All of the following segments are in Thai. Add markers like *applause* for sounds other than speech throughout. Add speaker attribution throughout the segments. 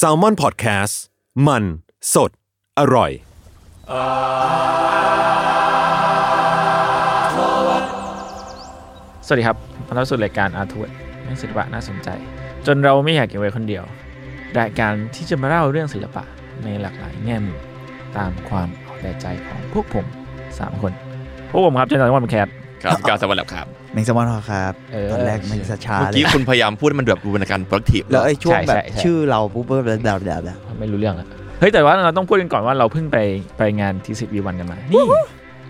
Speaker 1: s a l m o n PODCAST มันสดอร่อย
Speaker 2: สวัสดีครับพนักสุดรายการอาร์ทเวิร์ดเรื่องศิลปะน่าสนใจ จนเราไม่อยากเก็บไว้คนเดียว รายการที่จะมาเล่าเรื่องศิลปะในหลากหลายแง่มุมตามความเอาแต่ใจของพวกผม 3 คน พวกผมครับเจนสันวันแคท
Speaker 3: ครับกาวสวัสดีครับ
Speaker 4: แมงสมอนครับ
Speaker 2: เออ
Speaker 4: ตอนแรกแมงสช้า
Speaker 3: เมื่อ
Speaker 4: เล
Speaker 3: กี้
Speaker 4: ย
Speaker 3: คุณพยายามพูดให้มันแบบดูเป็นการ productive
Speaker 4: แล้วไอ้ช่วง
Speaker 2: ใช่
Speaker 4: แบบ
Speaker 2: ใช่ใช่
Speaker 4: ชื่อเราปุ๊บแบบแบบแบบแบบ
Speaker 2: ไม่รู้เรื่องละเฮ้ย แต่ว่าเราต้องพูดกันก่อนว่าเราเพิ่งไปไปงานทีสิบวีวันกันมา นี่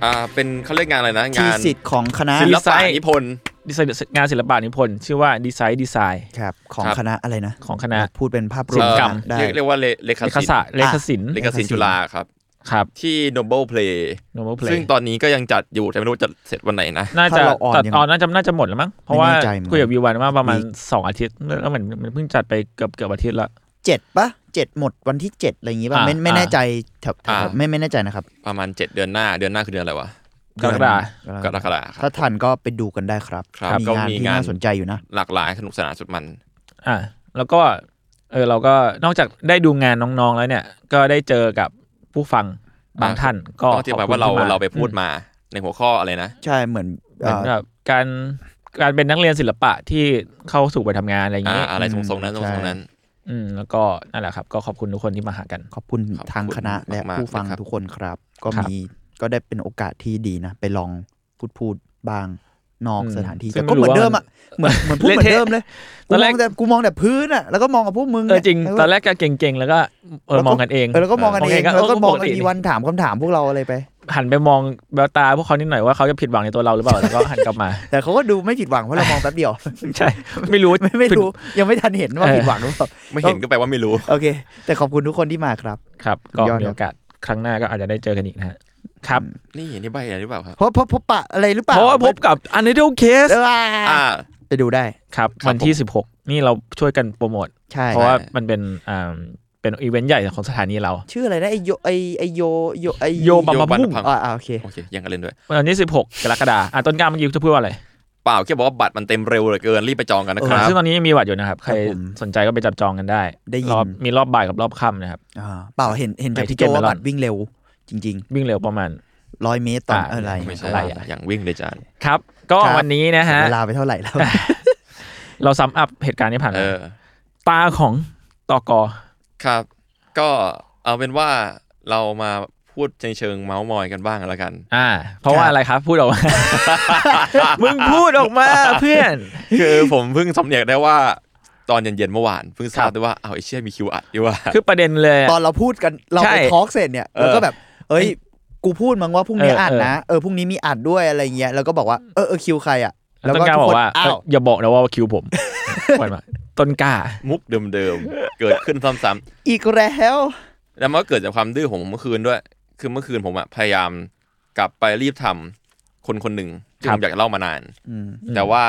Speaker 3: อ่าเป็นเขาเรียกงานอะไรนะ
Speaker 4: ที่
Speaker 3: งาน
Speaker 4: สิทธิ์ของคณะ
Speaker 3: ศิลปะ
Speaker 2: Design
Speaker 3: นิพนธ์
Speaker 2: ดีไซน์งานศิลปะนิพนธ์ชื่อว่าดีไซน์ดีไซน์
Speaker 4: ครับของ
Speaker 3: ครับ
Speaker 4: คณะอะไรนะ
Speaker 2: ของคณะ
Speaker 4: พูดเป็นภาพร
Speaker 2: ศิ
Speaker 4: ว
Speaker 2: ล
Speaker 4: ม
Speaker 2: ปกรรม
Speaker 4: นะได้
Speaker 3: เรียกเรียกว่าเลเลขา
Speaker 2: เลข
Speaker 3: ศิล
Speaker 2: ศาสต
Speaker 3: ป์
Speaker 2: ร์เลขศิลป์
Speaker 3: เลขาศิลป์จุฬาครับ
Speaker 2: ครับ
Speaker 3: ที่ Noble Play
Speaker 2: โนโมเพล
Speaker 3: ซึ่ง
Speaker 2: ย์
Speaker 3: ตอนนี้ก็ยังจัดอยู่แต่ไม่รู้จะเสร็จวันไหนนะ
Speaker 2: น่าจะ
Speaker 4: ถ้าเราออน
Speaker 2: ตัด
Speaker 4: ยัง
Speaker 2: ออนน่าจะน่าจะหมดแล้วมั้งเพราะว่า
Speaker 4: ไม่แน่ใจเหมือนกัน
Speaker 2: คุยกับวีวันว่าประมาณสองอาทิตย์แล้วเหมือนมันเพิ่งจัดไปเกือบเกือบอาทิตย์ละ
Speaker 4: เจ็ดปะเจ็ดหมดวันที่เจ็ดอะไรอย่างงี้ป่ะ
Speaker 2: อ่า
Speaker 4: ไม่ไม่
Speaker 2: อ่า
Speaker 4: แน่ใจแถวแถว
Speaker 3: อ่า
Speaker 4: ไม่ไม่แน่ใจนะครับ
Speaker 3: ประมาณ 7 เดือนหน้าเดือนหน้าคือเดือนอะไรวะ
Speaker 2: กรกฎา
Speaker 3: กรกฎาค
Speaker 4: ถ้า
Speaker 3: รับ
Speaker 4: ทันก็ไปดูกันได้ครับ
Speaker 3: ครับ
Speaker 4: มี
Speaker 3: ก็
Speaker 4: งาน
Speaker 3: มี
Speaker 4: ที่
Speaker 3: งาน
Speaker 4: น่าสนใจอยู่นะ
Speaker 3: หลากหลายสนุกสนานสุดมัน
Speaker 2: อ่ะแล้วก็เออเราก็นอกจากได้ดูงานน้องๆแล้วเนี่ย ก็ได้เจอกับผู้ฟังบาง
Speaker 3: อ่า
Speaker 2: ท่าน ก็
Speaker 3: ก็ที่หมายว่าเรา
Speaker 2: ขอบคุณที่
Speaker 3: เราไปพูด
Speaker 2: อื
Speaker 3: มาในหัวข้ออะไรนะ
Speaker 4: ใช่เหมือน
Speaker 2: เหมือน
Speaker 4: เอ่อ
Speaker 2: แบบการการเป็นนักเรียนศิลปะที่เข้าสู่ไปทำงานอะไรอย่าง
Speaker 3: อ่า
Speaker 2: นี้
Speaker 3: อะไรทรงๆนั้นทรงๆนั้น
Speaker 2: อืมแล้วก็นั่นแหละครับ ก็ขอบคุณทุกคนที่มาหากัน
Speaker 4: ขอบคุณ
Speaker 3: ขอบ
Speaker 4: ทาง
Speaker 3: คุณ
Speaker 4: คณะและ
Speaker 3: มากๆ
Speaker 4: ผู้ฟัง
Speaker 3: นะครับ
Speaker 4: ทุกคนครับ ก็
Speaker 2: ครับ
Speaker 4: มีก็ได้เป็นโอกาสที่ดีนะ ไปลองพูดพูดบางนอก
Speaker 2: อืม
Speaker 4: สถานที่
Speaker 2: ซึ่
Speaker 4: แต่
Speaker 2: ง
Speaker 4: ก็เหมือนเดิมอะ เหมือนเหมือนพูดเหมือนเดิมเลย
Speaker 2: ตอ
Speaker 4: กู
Speaker 2: น
Speaker 4: ม
Speaker 2: แรก
Speaker 4: องแต่กูมองแต่พื้นอะแล้วก็มองกับพวกมึง
Speaker 2: เออจริง
Speaker 4: ย
Speaker 2: ตอนแรกก็เก่งๆ แล้วก็เออมองกันเอง
Speaker 4: เออแล้วก็มองกันเอ
Speaker 2: มอ
Speaker 4: ง
Speaker 2: งเองก็
Speaker 4: แล้วก็มอง
Speaker 2: ปกติ
Speaker 4: อีวันถามคำถามพวกเราอะไรไป
Speaker 2: หันไปมองแววตาพวกเขานิดหน่อยว่าเขาจะผิดหวังในตัวเราหรือเปล่าแล้วก็หันกลับ
Speaker 4: *laughs*
Speaker 2: มา
Speaker 4: แต่เขาก็ดูไม่ผิดห
Speaker 2: *laughs*
Speaker 4: วังเพราะเรามองแป๊บเดียว
Speaker 2: ใช่ ไม่รู้
Speaker 4: ไม่ไม่รู้ยังไม่ทันเห็นว่าผิดหวังหรือเปล่า
Speaker 3: ไม่เห็นก็แปลว่าไม่รู้
Speaker 4: โอเค แต่ขอบคุณทุกคนที่มาครับ
Speaker 2: ครับก็
Speaker 4: สุดยอด
Speaker 2: มี
Speaker 4: ครับ
Speaker 2: โอกาสครั้งหน้าก็อาจจะได้เจอกันอีกนะฮะครับ
Speaker 3: นี่นี่ใบอะไรหรือเปล่าครับ
Speaker 4: เพราะพบพบปะอะไรหรือเปล่า
Speaker 2: เพราะว่าพบกับ u n i d l Case
Speaker 4: เออ
Speaker 3: อ่า
Speaker 4: ไปดูได้
Speaker 2: ครับ
Speaker 3: ครับ
Speaker 2: วันที่ 16 นี่เราช่วยกันโปรโมท
Speaker 4: ใช่
Speaker 2: เพราะว่ามันเป็นอ่าเป็นอีเวนต์ใหญ่ของสถานีเรา
Speaker 4: ชื่ออะไรนะไอโยไอไอโยโยไอ
Speaker 2: โยบัมบัมบุ้ง
Speaker 3: โยบัมบัม
Speaker 4: อ่าอ่าโอเค
Speaker 3: โอเคยังกันเล่นด้วย
Speaker 2: วันที่ 16 กรกฎาคมอ่ะต้นกล้าเมื่อกี้จะพูดว่าอะไร
Speaker 3: เปล่าแค่บอกว่าบัตรมันเต็มเร็วเหลือเกิน รีบไปจองกันนะค
Speaker 2: อ่ะ
Speaker 3: รับ
Speaker 2: ซึ่งตอนนี้ยังมีบัตรอยู่นะครับ ใคร
Speaker 4: ครับผม
Speaker 2: สนใจก็ไปจับจองกันได้
Speaker 4: ได้ยิน
Speaker 2: รอบมีรอบบ่ายกับรอบค่ำนะครับ
Speaker 4: อ่าเปล่าเห็นเห็นจาก
Speaker 2: ไปที่
Speaker 4: พี่โจว่า
Speaker 2: เกมเมลอน
Speaker 4: บัตรวิ่งเร็ว จริง
Speaker 2: วิ่งเร็วประมาณ
Speaker 4: ๆร้อยเมตรต่อ
Speaker 2: อ่า
Speaker 4: อะไร
Speaker 3: ไม่ใช่
Speaker 4: อะ
Speaker 3: อะไร ไรอ่ะอย่างวิ่งเลยจาน
Speaker 2: ครับ ก็
Speaker 4: ครับ
Speaker 2: วันนี้นะฮะ
Speaker 4: เวลาไปเท่าไหร่แล้ว
Speaker 2: เราซ้ำอัพเหตุการณ์ที่ผ่าน
Speaker 3: เอ
Speaker 2: มา
Speaker 3: อ
Speaker 2: ตาของตกอ
Speaker 3: ครับ ก็เอาเป็นว่าเรามาพูดในเชิงเมาส์มอยกันบ้างแล้วกัน
Speaker 2: อ่า เพราะว่า
Speaker 4: ครับ
Speaker 2: อะไรครับ พูดออกมา *laughs* มึงพูดออก *laughs* มาเพื่อน
Speaker 3: คือผมเพิ่งสำเนียกได้ว่า ตอนเย็นๆเมื่อวานเพิ่งทรา
Speaker 2: ครับ บ
Speaker 3: ได้ว่าเอาไอเชี่ยมีคิวอัดดีว่า *laughs*
Speaker 2: คือประเด็นเลยอะ
Speaker 4: ตอนเราพูดกันเรา
Speaker 2: ใช่
Speaker 4: ไปทอล์กเสร็จเนี่ยเราก็แบบ เอ้ย กูพูดมั้งว่าพรุ่งนี้
Speaker 2: เอออั
Speaker 4: อัดนะเออพรุ่งนี้มีอัดด้วยอะไรเงี้ยแล้วก็บอกว่าเออเออคิวใครอ่ะ
Speaker 2: ต้นกล้าบอกว่า
Speaker 4: อ้าว
Speaker 2: เอ้ยอย่าบอกนะว่าคิวผม *laughs* ปล่อยมา ต้นกล้า
Speaker 3: มุกเดิมๆ เกิดขึ้นซ้ำ
Speaker 4: อีกแล้ว
Speaker 3: ๆ แล้วมันก็เกิดจากความดื้อของผมเมื่อคืนด้วย คือเมื่อคืนผมอะพยายามกลับไปรีบทำคนคนหนึ่งที่
Speaker 2: ครั
Speaker 3: ผ
Speaker 2: บ
Speaker 3: มอยากจะเล่ามานาน
Speaker 4: อืม
Speaker 3: แต่ว่า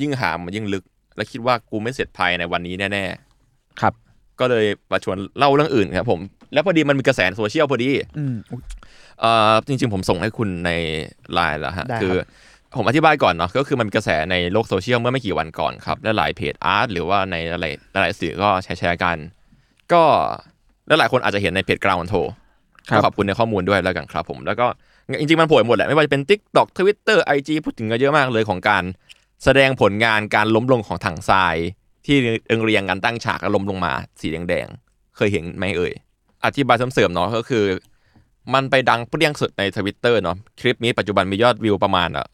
Speaker 3: ยิ่งหามันยิ่งลึก และคิดว่ากูไม่เสร็จภายในวันนี้แน่ๆ
Speaker 2: ครับ
Speaker 3: ก็เลยมาชวนเล่าเรื่องอื่นครับผม แล้วพอดีมันมีกระแสโซเชียลพอดี
Speaker 4: อืม
Speaker 3: เอ่อจริงๆ ผมส่งให้คุณในไลน์แล้วฮะ
Speaker 4: ได้ครับ
Speaker 3: คือผมอธิบายก่อนเนาะก็คือมันมีกระแสในโลกโซเชียลเมื่อไม่กี่วันก่อนครับ และหลายเพจอาร์ตหรือว่าในหลายหลายๆสื่อก็แชร์แชร์กัน ก็และหลายคนอาจจะเห็นในเพจกราวน์โท
Speaker 2: ครับ
Speaker 3: ก็ขอบคุณในข้อมูลด้วยแล้วกันครับผมแล้วก็จริงๆมันโผล่หมดแหละไม่ว่าจะเป็น Tik t o k Twitter IG พูดถึงกันเยอะมากเลยของการแสดงผลงานการล้มลงของถังทราย ที่เรียงเรียงกันตั้งฉากแล้วล้มลงมา สีแดงๆ เคยเห็นไหมเอ่ย อธิบายเสริมๆเนาะก็คือ มันไปดังเปรี้ยงสุดในทวิตเตอร์เนาะคลิปนี้ปัจจุบันมียอดวิวประมาณอ่ะ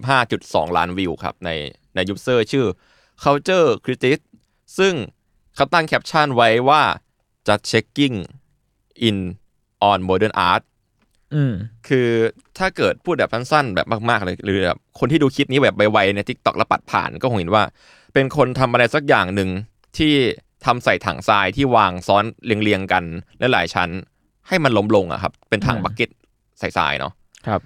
Speaker 3: 25.2 ล้านวิวครับ ในในยูเซอร์ชื่อ culture critic ซึ่งเขาตั้งแคปชั่นไว้ว่า just checking in on modern art
Speaker 2: อืม
Speaker 3: คือถ้าเกิดพูดแบบสั้นๆแบบมากๆเลยหรือแบบคนที่ดูคลิปนี้แบบไวๆในทิกตอกแล้วปัดผ่านก็คงเห็นว่า เป็นคนทำอะไรสักอย่างหนึ่งที่ ทำใส่ถังทรายที่วางซ้อนเรียงๆกันและหลายชั้น ให้มันล้มลงอะครับ เป็นถัง
Speaker 2: อืม
Speaker 3: บักเก็ตใส่ทรายเนาะ
Speaker 2: ครับ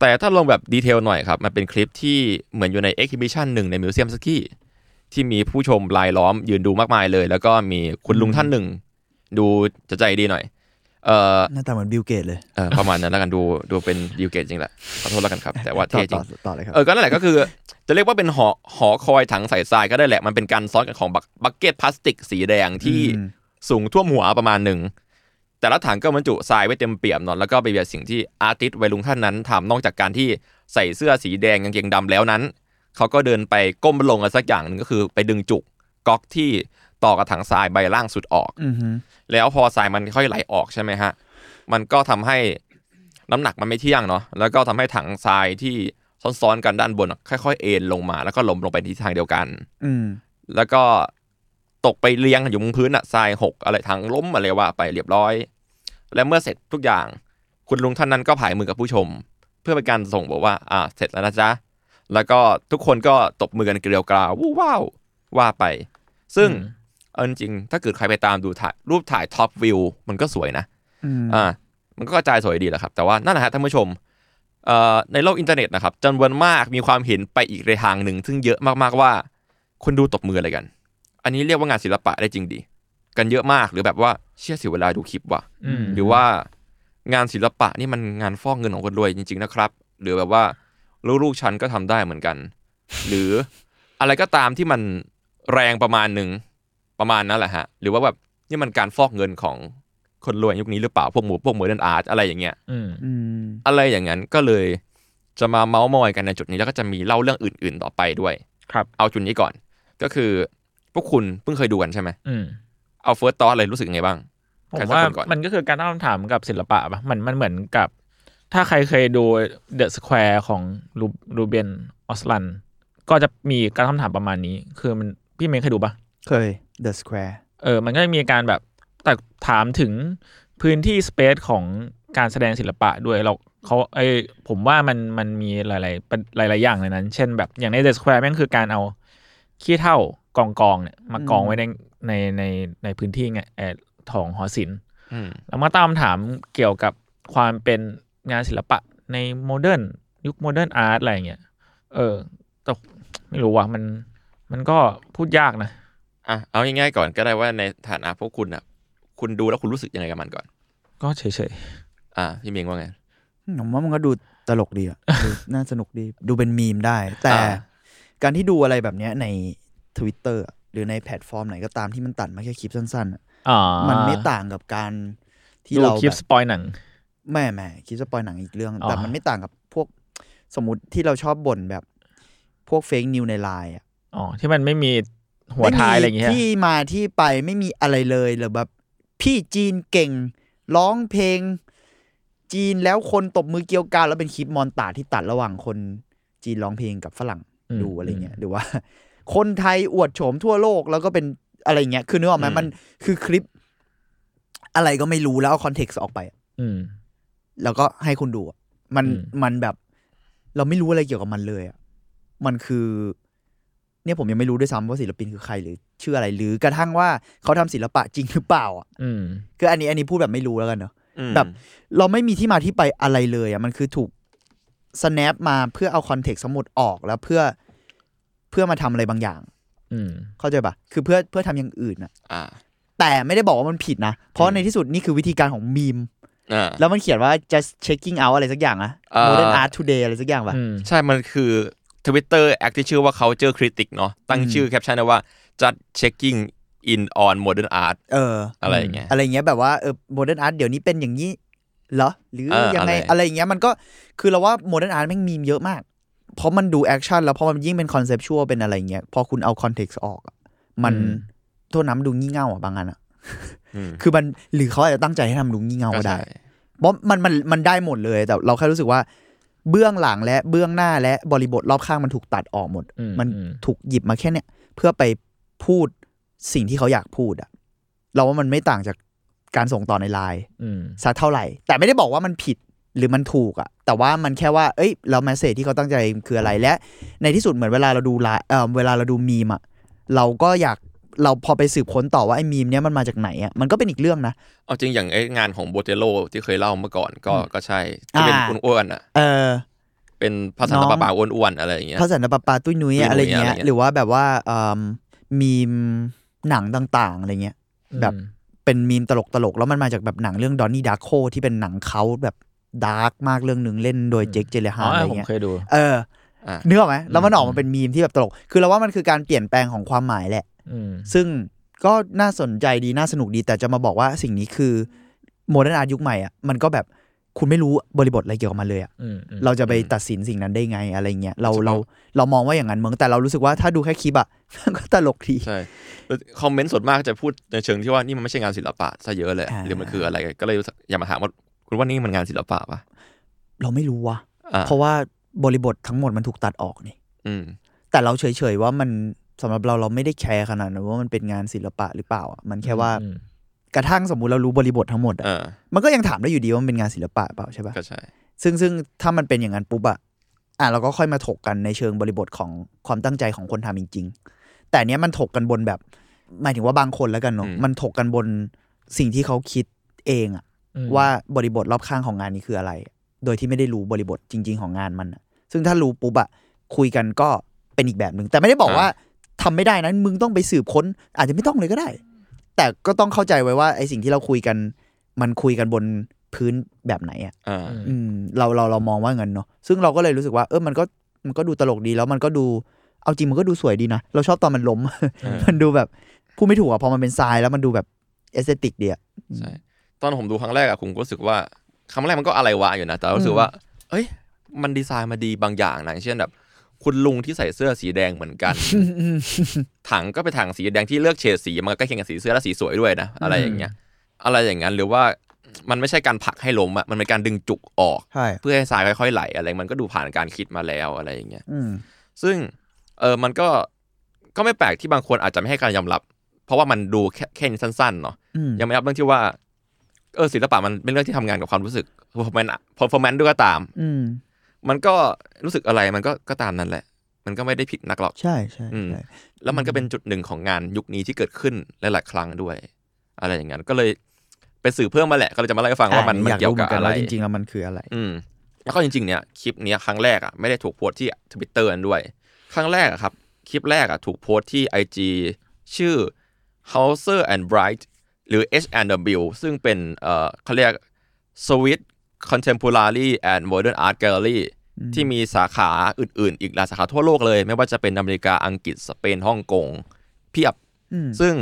Speaker 3: แต่ถ้าลงแบบดีเทลหน่อยครับ มันเป็นคลิปที่เหมือนอยู่ในเอ็กซิบิชันหนึ่งในมิวเซียมสกี้ที่มีผู้ชมรายล้อมยืนดูมากมายเลย แล้วก็มีคุณลุงท่านหนึ่ง ดูจะใจดีหน่อย เอ่อ
Speaker 4: หน้าตาเหมือนบิลเกตเลย
Speaker 3: เอ่อประมาณนั้นแล้วกันดูดูเป็นยูเกตจริงแหละขอโทษแล้วกันครับ
Speaker 4: *laughs*
Speaker 3: แต่ว่า
Speaker 4: ต่อ
Speaker 3: เท่จริ
Speaker 4: ต่อง ต่อเลยครับ
Speaker 3: เออก็นั่นแหละก็คือ จะเรียกว่าเป็นหอหอคอยถังใส่ทรายก็ได้แหละ มันเป็นการซ้อนกันของบักบักเก็ตพลาสติกสีแดงที่
Speaker 4: อืม
Speaker 3: สูงท่วมหัวประมาณหนึ่ง แต่ละถังก็บรรจุทรายไว้เต็มเปี่ยมเนอนแล้วก็ไปเบียดสิ่งที่อาร์ติสต์วัยรุ่นท่านนั้นทำนอกจากการที่ใส่เสื้อสีแดงกางเกงดำแล้วนั้น เขาก็เดินไปก้มลงกันสักอย่างหนึ่งก็คือไปดึงจุกก๊อกที่ต่อกับถังทรายใบล่างสุดออก
Speaker 4: อือฮึ
Speaker 3: แล้วพอทรายมันค่อยไหลออกใช่ไหมฮะ มันก็ทำให้น้ำหนักมันไม่เที่ยงเนาะ แล้วก็ทำให้ถังทรายที่ซ้อนๆกันด้านบนอะค่อยๆ เอ็นลงมา แล้วก็ล้มลงไปในทิศทางเดียวกัน
Speaker 4: อืม
Speaker 3: แล้วก็ตกไปเรียงกันอยู่บนพื้นอะทรายหกอะไรทางล้มอะไรว่าไปเรียบร้อย และเมื่อเสร็จทุกอย่าง คุณลุงท่านนั้นก็ผายมือกับผู้ชม เพื่อเป็นการส่งบอกว่า อ่า เสร็จแล้วนะจ๊ะ แล้วก็ทุกคนก็ตบมือกันเกลียวกราววู้ว้าวว่าไป ซึ่ง
Speaker 2: อืม
Speaker 3: เอาจริงๆถ้าเกิดใครไปตามดูถ่ายรูปถ่ายท็อปวิวมันก็สวยนะ
Speaker 4: อืม
Speaker 3: อ่า มันก็กระจายสวยดีแหละครับ แต่ว่านั่นแหละฮะท่านผู้ชมเอ่อในโลกอินเทอร์เน็ตนะครับจำนวนมากมีความเห็นไปอีกในทางหนึ่ง ซึ่งเยอะมากๆว่า คนดูตบมืออะไรกัน อันนี้เรียกว่างานศิลปะได้จริงดี กันเยอะมากหรือแบบว่าเชื่อเสียเวลาดูคลิปว่ะ
Speaker 2: อืม
Speaker 3: หรือว่างานศิลปะนี่มันงานฟอกเงินของคนรวยจริง ๆ นะครับ หรือแบบว่าลูกๆฉันก็ทำได้เหมือนกัน หรืออะไรก็ตามที่มันแรงประมาณหนึ่งประมาณนั้นแหละฮะ หรือว่าแบบนี่มันการฟอกเงินของคนรวยยุคนี้หรือเปล่าพวกหมูพวกเมอร์เดนอาร์ตอะไรอย่างเงี้ย
Speaker 2: อืม
Speaker 4: อืม
Speaker 3: อะไรอย่างนั้นก็เลยจะมาเมาส์มอยกันในจุดนี้แล้วก็จะมีเล่าเรื่องอื่น ๆ ต่อไปด้วย
Speaker 2: ครับ
Speaker 3: เอาจุดนี้ก่อน ก็คือพวกคุณเพิ่งเคยดูกันใช่ไหม
Speaker 2: อืม
Speaker 3: เอาเฟิร์สตอสเลยรู้สึกไงบ้าง
Speaker 2: ผ
Speaker 3: ใคร
Speaker 2: ม
Speaker 3: สัก
Speaker 2: ว่า
Speaker 3: คนก่อน
Speaker 2: มันก็คือการตั้งคำถามกับศิลปะปะมันมันเหมือนกับ ถ้าใครเคยดูเดอะสแควร์ของรูรูเบนออสลัน ก็จะมีการตั้งคำถามประมาณนี้ คือมันพี่เมย์เคยดูปะ
Speaker 4: เคย The Square
Speaker 2: เออ มันก็จะมีการแบบแต่ถามถึงพื้นที่สเปซของการแสดงศิลปะด้วยเราเขาไอผมว่ามันมันมีหลายๆประหลาย ๆ อย่างในนั้น เช่นแบบอย่างในเดอะสแควร์แม่งคือการเอาขี้เท่ากองกองๆเนี่ยมากองไว้ในในในในพื้นที่ไงเออของหอศิลป์
Speaker 3: อืม
Speaker 2: เรามาตามถามเกี่ยวกับความเป็นงานศิลปะในโมเดิร์นยุคโมเดิร์นอาร์ตอะไรอย่างเงี้ย เออแต่ไม่รู้ว่ะมันมันก็พูดยากนะ
Speaker 3: อ่ะเอาง่ายๆก่อนก็ได้ว่าในฐานะพวกคุณอ่ะ คุณดูแล้วคุณรู้สึกยังไงกับมันก่อน
Speaker 2: ก็เฉย
Speaker 3: อ่ะพี่เมงว่าไง
Speaker 4: อืมผมว่ามันก็ดูตลกดี
Speaker 2: *laughs*
Speaker 4: อะดู น่าสนุกดี ดูเป็นมีมได้ แต่
Speaker 3: อ่า
Speaker 4: การที่ดูอะไรแบบเนี้ยใน Twitter อะหรือในแพลตฟอร์มไหนก็ตามที่มันตัดมาแค่คลิปสั้นๆอะ
Speaker 2: ๆอ่า
Speaker 4: มั
Speaker 2: มัน
Speaker 4: ไม่ต่างกับการที่
Speaker 2: ดู
Speaker 4: เรา
Speaker 2: คลิป
Speaker 4: แบบ
Speaker 2: สปอยหนัง
Speaker 4: แม่แม่คิดสปอยหนังอีกเรื่อง
Speaker 2: อ๋อ
Speaker 4: แต่มันไม่ต่างกับพวกสมมติที่เราชอบบ่นแบบพวกเฟกนิวในไลน์อะ
Speaker 2: อ๋อที่มันไม่มีหัวท้ายอะไรอย่างเงี้ย
Speaker 4: ม่มีที่มาที่ไปไม่มีอะไรเลยหรือแบบ พี่จีนเก่ง ร้องเพลง จีนแล้วคนตบมือเกลียวกราวแล้วเป็นคลิปมอนตาร์ที่ตัดระหว่างคนจีนร้องเพลงกับฝรั่ง
Speaker 2: ม
Speaker 4: ดูอะไรเงี้ยหรือว่า คนไทยอวดโฉมทั่วโลกแล้วก็เป็นอะไรเงี้ยคือนึกออกไหม
Speaker 3: อืม
Speaker 4: มันคือคลิป อะไรก็ไม่รู้แล้วเอาคอนเท็กซ์ออกไป
Speaker 2: อืม
Speaker 4: แล้วก็ให้คุณดูอะมัน
Speaker 2: อืม
Speaker 4: มันแบบ เราไม่รู้อะไรเกี่ยวกับมันเลยอ่ะมันคือ เนี่ยผมยังไม่รู้ด้วยซ้ำว่าศิลปินคือใครหรือชื่ออะไรหรือกระทั่งว่าเขาทำศิลปะจริงหรือเปล่าอ่ะ
Speaker 2: อืม
Speaker 4: คืออันนี้อันนี้พูดแบบไม่รู้แล้วกันเนาะ
Speaker 3: อืม
Speaker 4: แบบ เราไม่มีที่มาที่ไปอะไรเลยอ่ะมันคือถูก snap มาเพื่อเอาคอนเทกซ์ทั้งหมดออกแล้วเพื่อเพื่อมาทำอะไรบางอย่าง
Speaker 2: อืม
Speaker 4: เข้าใจปะคือเพื่อเพื่อทำอย่างอื่นอ่ะ
Speaker 3: อ่า
Speaker 4: แต่ไม่ได้บอกว่ามันผิดนะเพ
Speaker 3: อื
Speaker 4: ราะ
Speaker 3: ม
Speaker 4: ในที่สุดนี่คือวิธีการของมีม
Speaker 3: อ่า
Speaker 4: แล้วมันเขียนว่า just checking out อะไรสักอย่างอะ
Speaker 3: อ่า
Speaker 4: modern art today อะไรสักอย่างป่ะ
Speaker 2: อืม
Speaker 3: ใช่มันคือ Twitter แอคที่ชื่อว่าเขาเจอคริติกเนาะตั้งชื่อแคปชั่นได้ว่า just checking in on modern art
Speaker 4: เออ
Speaker 3: อะไรอย่างเงี้ย
Speaker 4: อะไรเงี้ยแบบว่าเออ modern art เดี๋ยวนี้เป็นอย่างนี้เหรอ หรือ
Speaker 3: เออ
Speaker 4: ยัง
Speaker 3: อะไร
Speaker 4: ไงอะไรเงี้ยมันก็คือเราว่า modern art แม่งมีมเยอะมาก เพราะมันดูแอคชั่นแล้วเพราะมันยิ่งเป็นคอนเซปชวลเป็นอะไรเงี้ยพอคุณเอาคอนเท็กซ์ออกอะมัน
Speaker 2: อืม
Speaker 4: โทษน้ำดูงี่เง่าอ่ะบางอันอ่ะ
Speaker 3: อืม
Speaker 4: คือมันหรือเขาอาจจะตั้งใจให้ทำดูงี่เง่า
Speaker 3: ก็
Speaker 4: ก็ได้
Speaker 3: ใช่
Speaker 4: เพราะมันมันมันได้หมดเลย แต่เราแค่รู้สึกว่า เบื้องหลังและเบื้องหน้าและบริบทรอบข้างมันถูกตัดออกหมด
Speaker 2: อืม
Speaker 4: มัน
Speaker 2: อืม
Speaker 4: ถูกหยิบมาแค่เนี่ย เพื่อไปพูดสิ่งที่เขาอยากพูดอะเราว่ามันไม่ต่างจากการส่งต่อในไลน์
Speaker 2: อืม
Speaker 4: สักเท่าไหร่ แต่ไม่ได้บอกว่ามันผิดหรือมันถูกอะแต่ว่ามันแค่ว่าเอ้ยเราแมสเซจที่เขาตั้งใจคืออะไรและ ในที่สุดเหมือนเวลาเราดูไลน์เออเวลาเราดูมีมอะเราก็อยาก เราพอไปสืบค้นต่อว่าไอ้มีมเนี้ยมันมาจากไหนอ่ะมันก็เป็นอีกเรื่องนะ
Speaker 3: เอาจริงอย่างไองานของโบเตโลที่เคยเล่าเมื่อก่อนก็ก็ใช่ที่
Speaker 4: อ่า
Speaker 3: เป็นอ้วนๆอ่ะ
Speaker 4: เออ
Speaker 3: เป็นภาษา
Speaker 4: น้อง
Speaker 3: ตะปาอ้วนๆอะไรอย่างเงี้ย
Speaker 4: ภาษาปะปาตุ้ยนุ้ยอะ
Speaker 3: ตุ้
Speaker 4: อะไร
Speaker 3: ยนุ้ยอะ
Speaker 4: เงี้ย
Speaker 3: ไรเงี้ย
Speaker 4: หรือว่าแบบว่าเอ่อมีมหนังต่างๆอะไรเงี้ย แบบ
Speaker 2: อืม
Speaker 4: เป็นมีมตลกตลกๆแล้วมันมาจากแบบหนังเรื่องดอนนี่ดาร์โคที่เป็นหนังเขาแบบดาร์กมากเรื่องหนึ่งเล่นโดยเจคเจเลฮา
Speaker 2: อ๋
Speaker 4: นอะไร
Speaker 2: อผม
Speaker 4: เงี้ย
Speaker 2: เคยดู
Speaker 4: เออ
Speaker 3: อ่ะ
Speaker 4: เนื้ออกไหมแล้วมันออก
Speaker 2: อื
Speaker 4: มาม เป็นมีมที่แบบตลก คือเราว่ามันคือการเปลี่ยนแปลงของความหมายแหละ
Speaker 2: อืม
Speaker 4: ซึ่งก็น่าสนใจดีน่าสนุกดี แต่จะมาบอกว่าสิ่งนี้คือโมเดิร์นอาร์ยุคใหม่อ่ะมันก็แบบคุณไม่รู้บริบทอะไรเกี่ยวกับมันเลยอ่ะ
Speaker 2: อืมอืม
Speaker 4: เราจะไป
Speaker 3: อืม
Speaker 4: ตัดสินสิ่งนั้นได้ไงอะไรเงี้ยเรา
Speaker 3: ถูกต้
Speaker 4: เรา
Speaker 3: อง
Speaker 4: เรามองว่าอย่างนั้นเมืองแต่เรารู้สึกว่าถ้าดูแค่คลิปอะ *laughs* ก็ตลกดี
Speaker 3: ใช่คอมเมนต์ส่วนมากจะพูดในเชิงที่ว่านี่มันไม่ใช่งานศิลปะซะเยอะเลย
Speaker 4: อ่า
Speaker 3: หรือมันคืออะไรก็เลยอย่ามาถามว่าคุณว่านี่มันงานศิลปะปะ
Speaker 4: เราไม่รู้ว่ะ
Speaker 3: อ่า
Speaker 4: เพราะว่าบริบททั้งหมดมันถูกตัดออกนี่
Speaker 3: อืม
Speaker 4: แต่เราเฉยๆว่ามันสำหรับเราเราไม่ได้แคร์ขนาดนั้นว่ามันเป็นงานศิลปะหรือเปล่าอะมันแค่ว่า
Speaker 2: อืม
Speaker 4: กระทั่งสมมุติเรารู้บริบททั้งหมดอะ
Speaker 3: อ่า
Speaker 4: มันก็ยังถามได้อยู่ดีว่ามันเป็นงานศิลปะเปล่าใช่ปะ
Speaker 3: ก็ใช่
Speaker 4: ซึ่งซึ่งถ้ามันเป็นอย่างนั้นปุ๊บอะอ่ะเราก็ค่อยมาถกกันในเชิงบริบทของความตั้งใจของคนทำจริง ๆ แต่อันเนี้ยมันถกกันบนแบบ หมายถึงว่าบางคนแล้วกันเนาะ
Speaker 3: อืม
Speaker 4: มันถกกันบนสิ่งที่เขาคิดเองอะ
Speaker 2: อืม
Speaker 4: ว่าบริบทรอบข้างของงานนี้คืออะไร โดยที่ไม่ได้รู้บริบทจริง ๆ ของงานมันอะซึ่งถ้ารู้ปุ๊บอะคุยกันก็เป็นอีกแบบหนึ่ง แต่ไม่ได้บอกว่าทำไม่ได้นะ มึงต้องไปสืบค้น อาจจะไม่ต้องเลยก็ได้ แต่ก็ต้องเข้าใจไว้ว่าไอสิ่งที่เราคุยกัน มันคุยกันบนพื้นแบบไหนอะ
Speaker 3: อ่า
Speaker 2: อืม
Speaker 4: อืมเราเราเรามองว่างั้นเนาะ ซึ่งเราก็เลยรู้สึกว่าเออ มันก็มันก็ดูตลกดีแล้วมันก็ดู เอาจริงมันก็ดูสวยดีนะ เราชอบตอนมันล้ม
Speaker 3: เออ
Speaker 4: *laughs* มันดูแบบพูดไม่ถูกอะพอมันเป็นทรายแล้วมันดูแบบเอสเตติกดีอะ
Speaker 3: ใช่ตอนผมดูครั้งแรกอะผมก็รู้สึกว่าครั้งแรกมันก็อะไรวะอยู่นะ แต่รู้สึกว่า เอ้ย มันดีไซน์มาดีบางอย่างนะอย่างเช่นแบบ คุณลุงที่ใส่เสื้อสีแดงเหมือนกัน ถังก็เป็นถังสีแดงที่เลือกเฉดสีมันก็ใกล้เคียงกับสีเสื้อและสีสวยด้วยนะอะไรอย่างเงี้ยอะไรอย่างนั้นหรือว่ามันไม่ใช่การผลักให้ล้มอะมันเป็นการดึงจุกออก
Speaker 4: ใช่
Speaker 3: เพื่อให้ทรายค่อยๆไหลอะไรมันก็ดูผ่านการคิดมาแล้วอะไรอย่างเงี้ย
Speaker 4: อืม
Speaker 3: ซึ่งเออมันก็ก็ไม่แปลกที่บางคนอาจจะไม่ให้การยอมรับ เพราะว่ามันดูแค่แค่นี้สั้นๆเนาะ
Speaker 4: อืม
Speaker 3: ยังไม่รับเรื่องที่ว่าเออศิลปะมันเป็นเรื่องที่ทำงานกับความรู้สึกพอมันพอฟอร์แมนด้วยก็ตาม
Speaker 4: อืม
Speaker 3: มันก็รู้สึกอะไรมันก็ก็ตามนั้นแหละ มันก็ไม่ได้ผิดนักหรอก
Speaker 4: ใช่ใช่
Speaker 3: อืม
Speaker 4: ใช่
Speaker 3: แล้วมันก็เป็นจุดหนึ่งของงานยุคนี้ที่เกิดขึ้นหลายๆครั้งด้วย อะไรอย่างนั้นก็เลยไปสื่อเพิ่มมาแหละ ก็เลยจะมาเล่าให้ฟังว่ามัน
Speaker 4: อ่ะ
Speaker 3: มัน
Speaker 4: อยาก
Speaker 3: เกี่ย
Speaker 4: รู้
Speaker 3: ว
Speaker 4: เหมื
Speaker 3: กั
Speaker 4: อบ นกัน
Speaker 3: อะไร
Speaker 4: ว่าจริงๆแล้วมันคืออะไร
Speaker 3: อืมแล้วก็จริงๆ เนี่ยคลิปเนี้ยครั้งแรกอ่ะไม่ได้ถูกโพสต์ที่ทวิตเตอร์ด้วย ครั้งแรกอะครับ คลิปแรกอ่ะถูกโพสต์ที่ IG ชื่อ Hauser and Bright หรือ H&W ซึ่งเป็นเอ่อเขาเรียก Swiss Contemporary and Modern Art Gallery ที่มีสาขาอื่นๆ อีกหลายสาขาทั่วโลกเลย ไม่ว่าจะเป็นอเมริกาอังกฤษ สเปนฮ่องกงเพียบ
Speaker 4: อืม
Speaker 3: ซึ่ง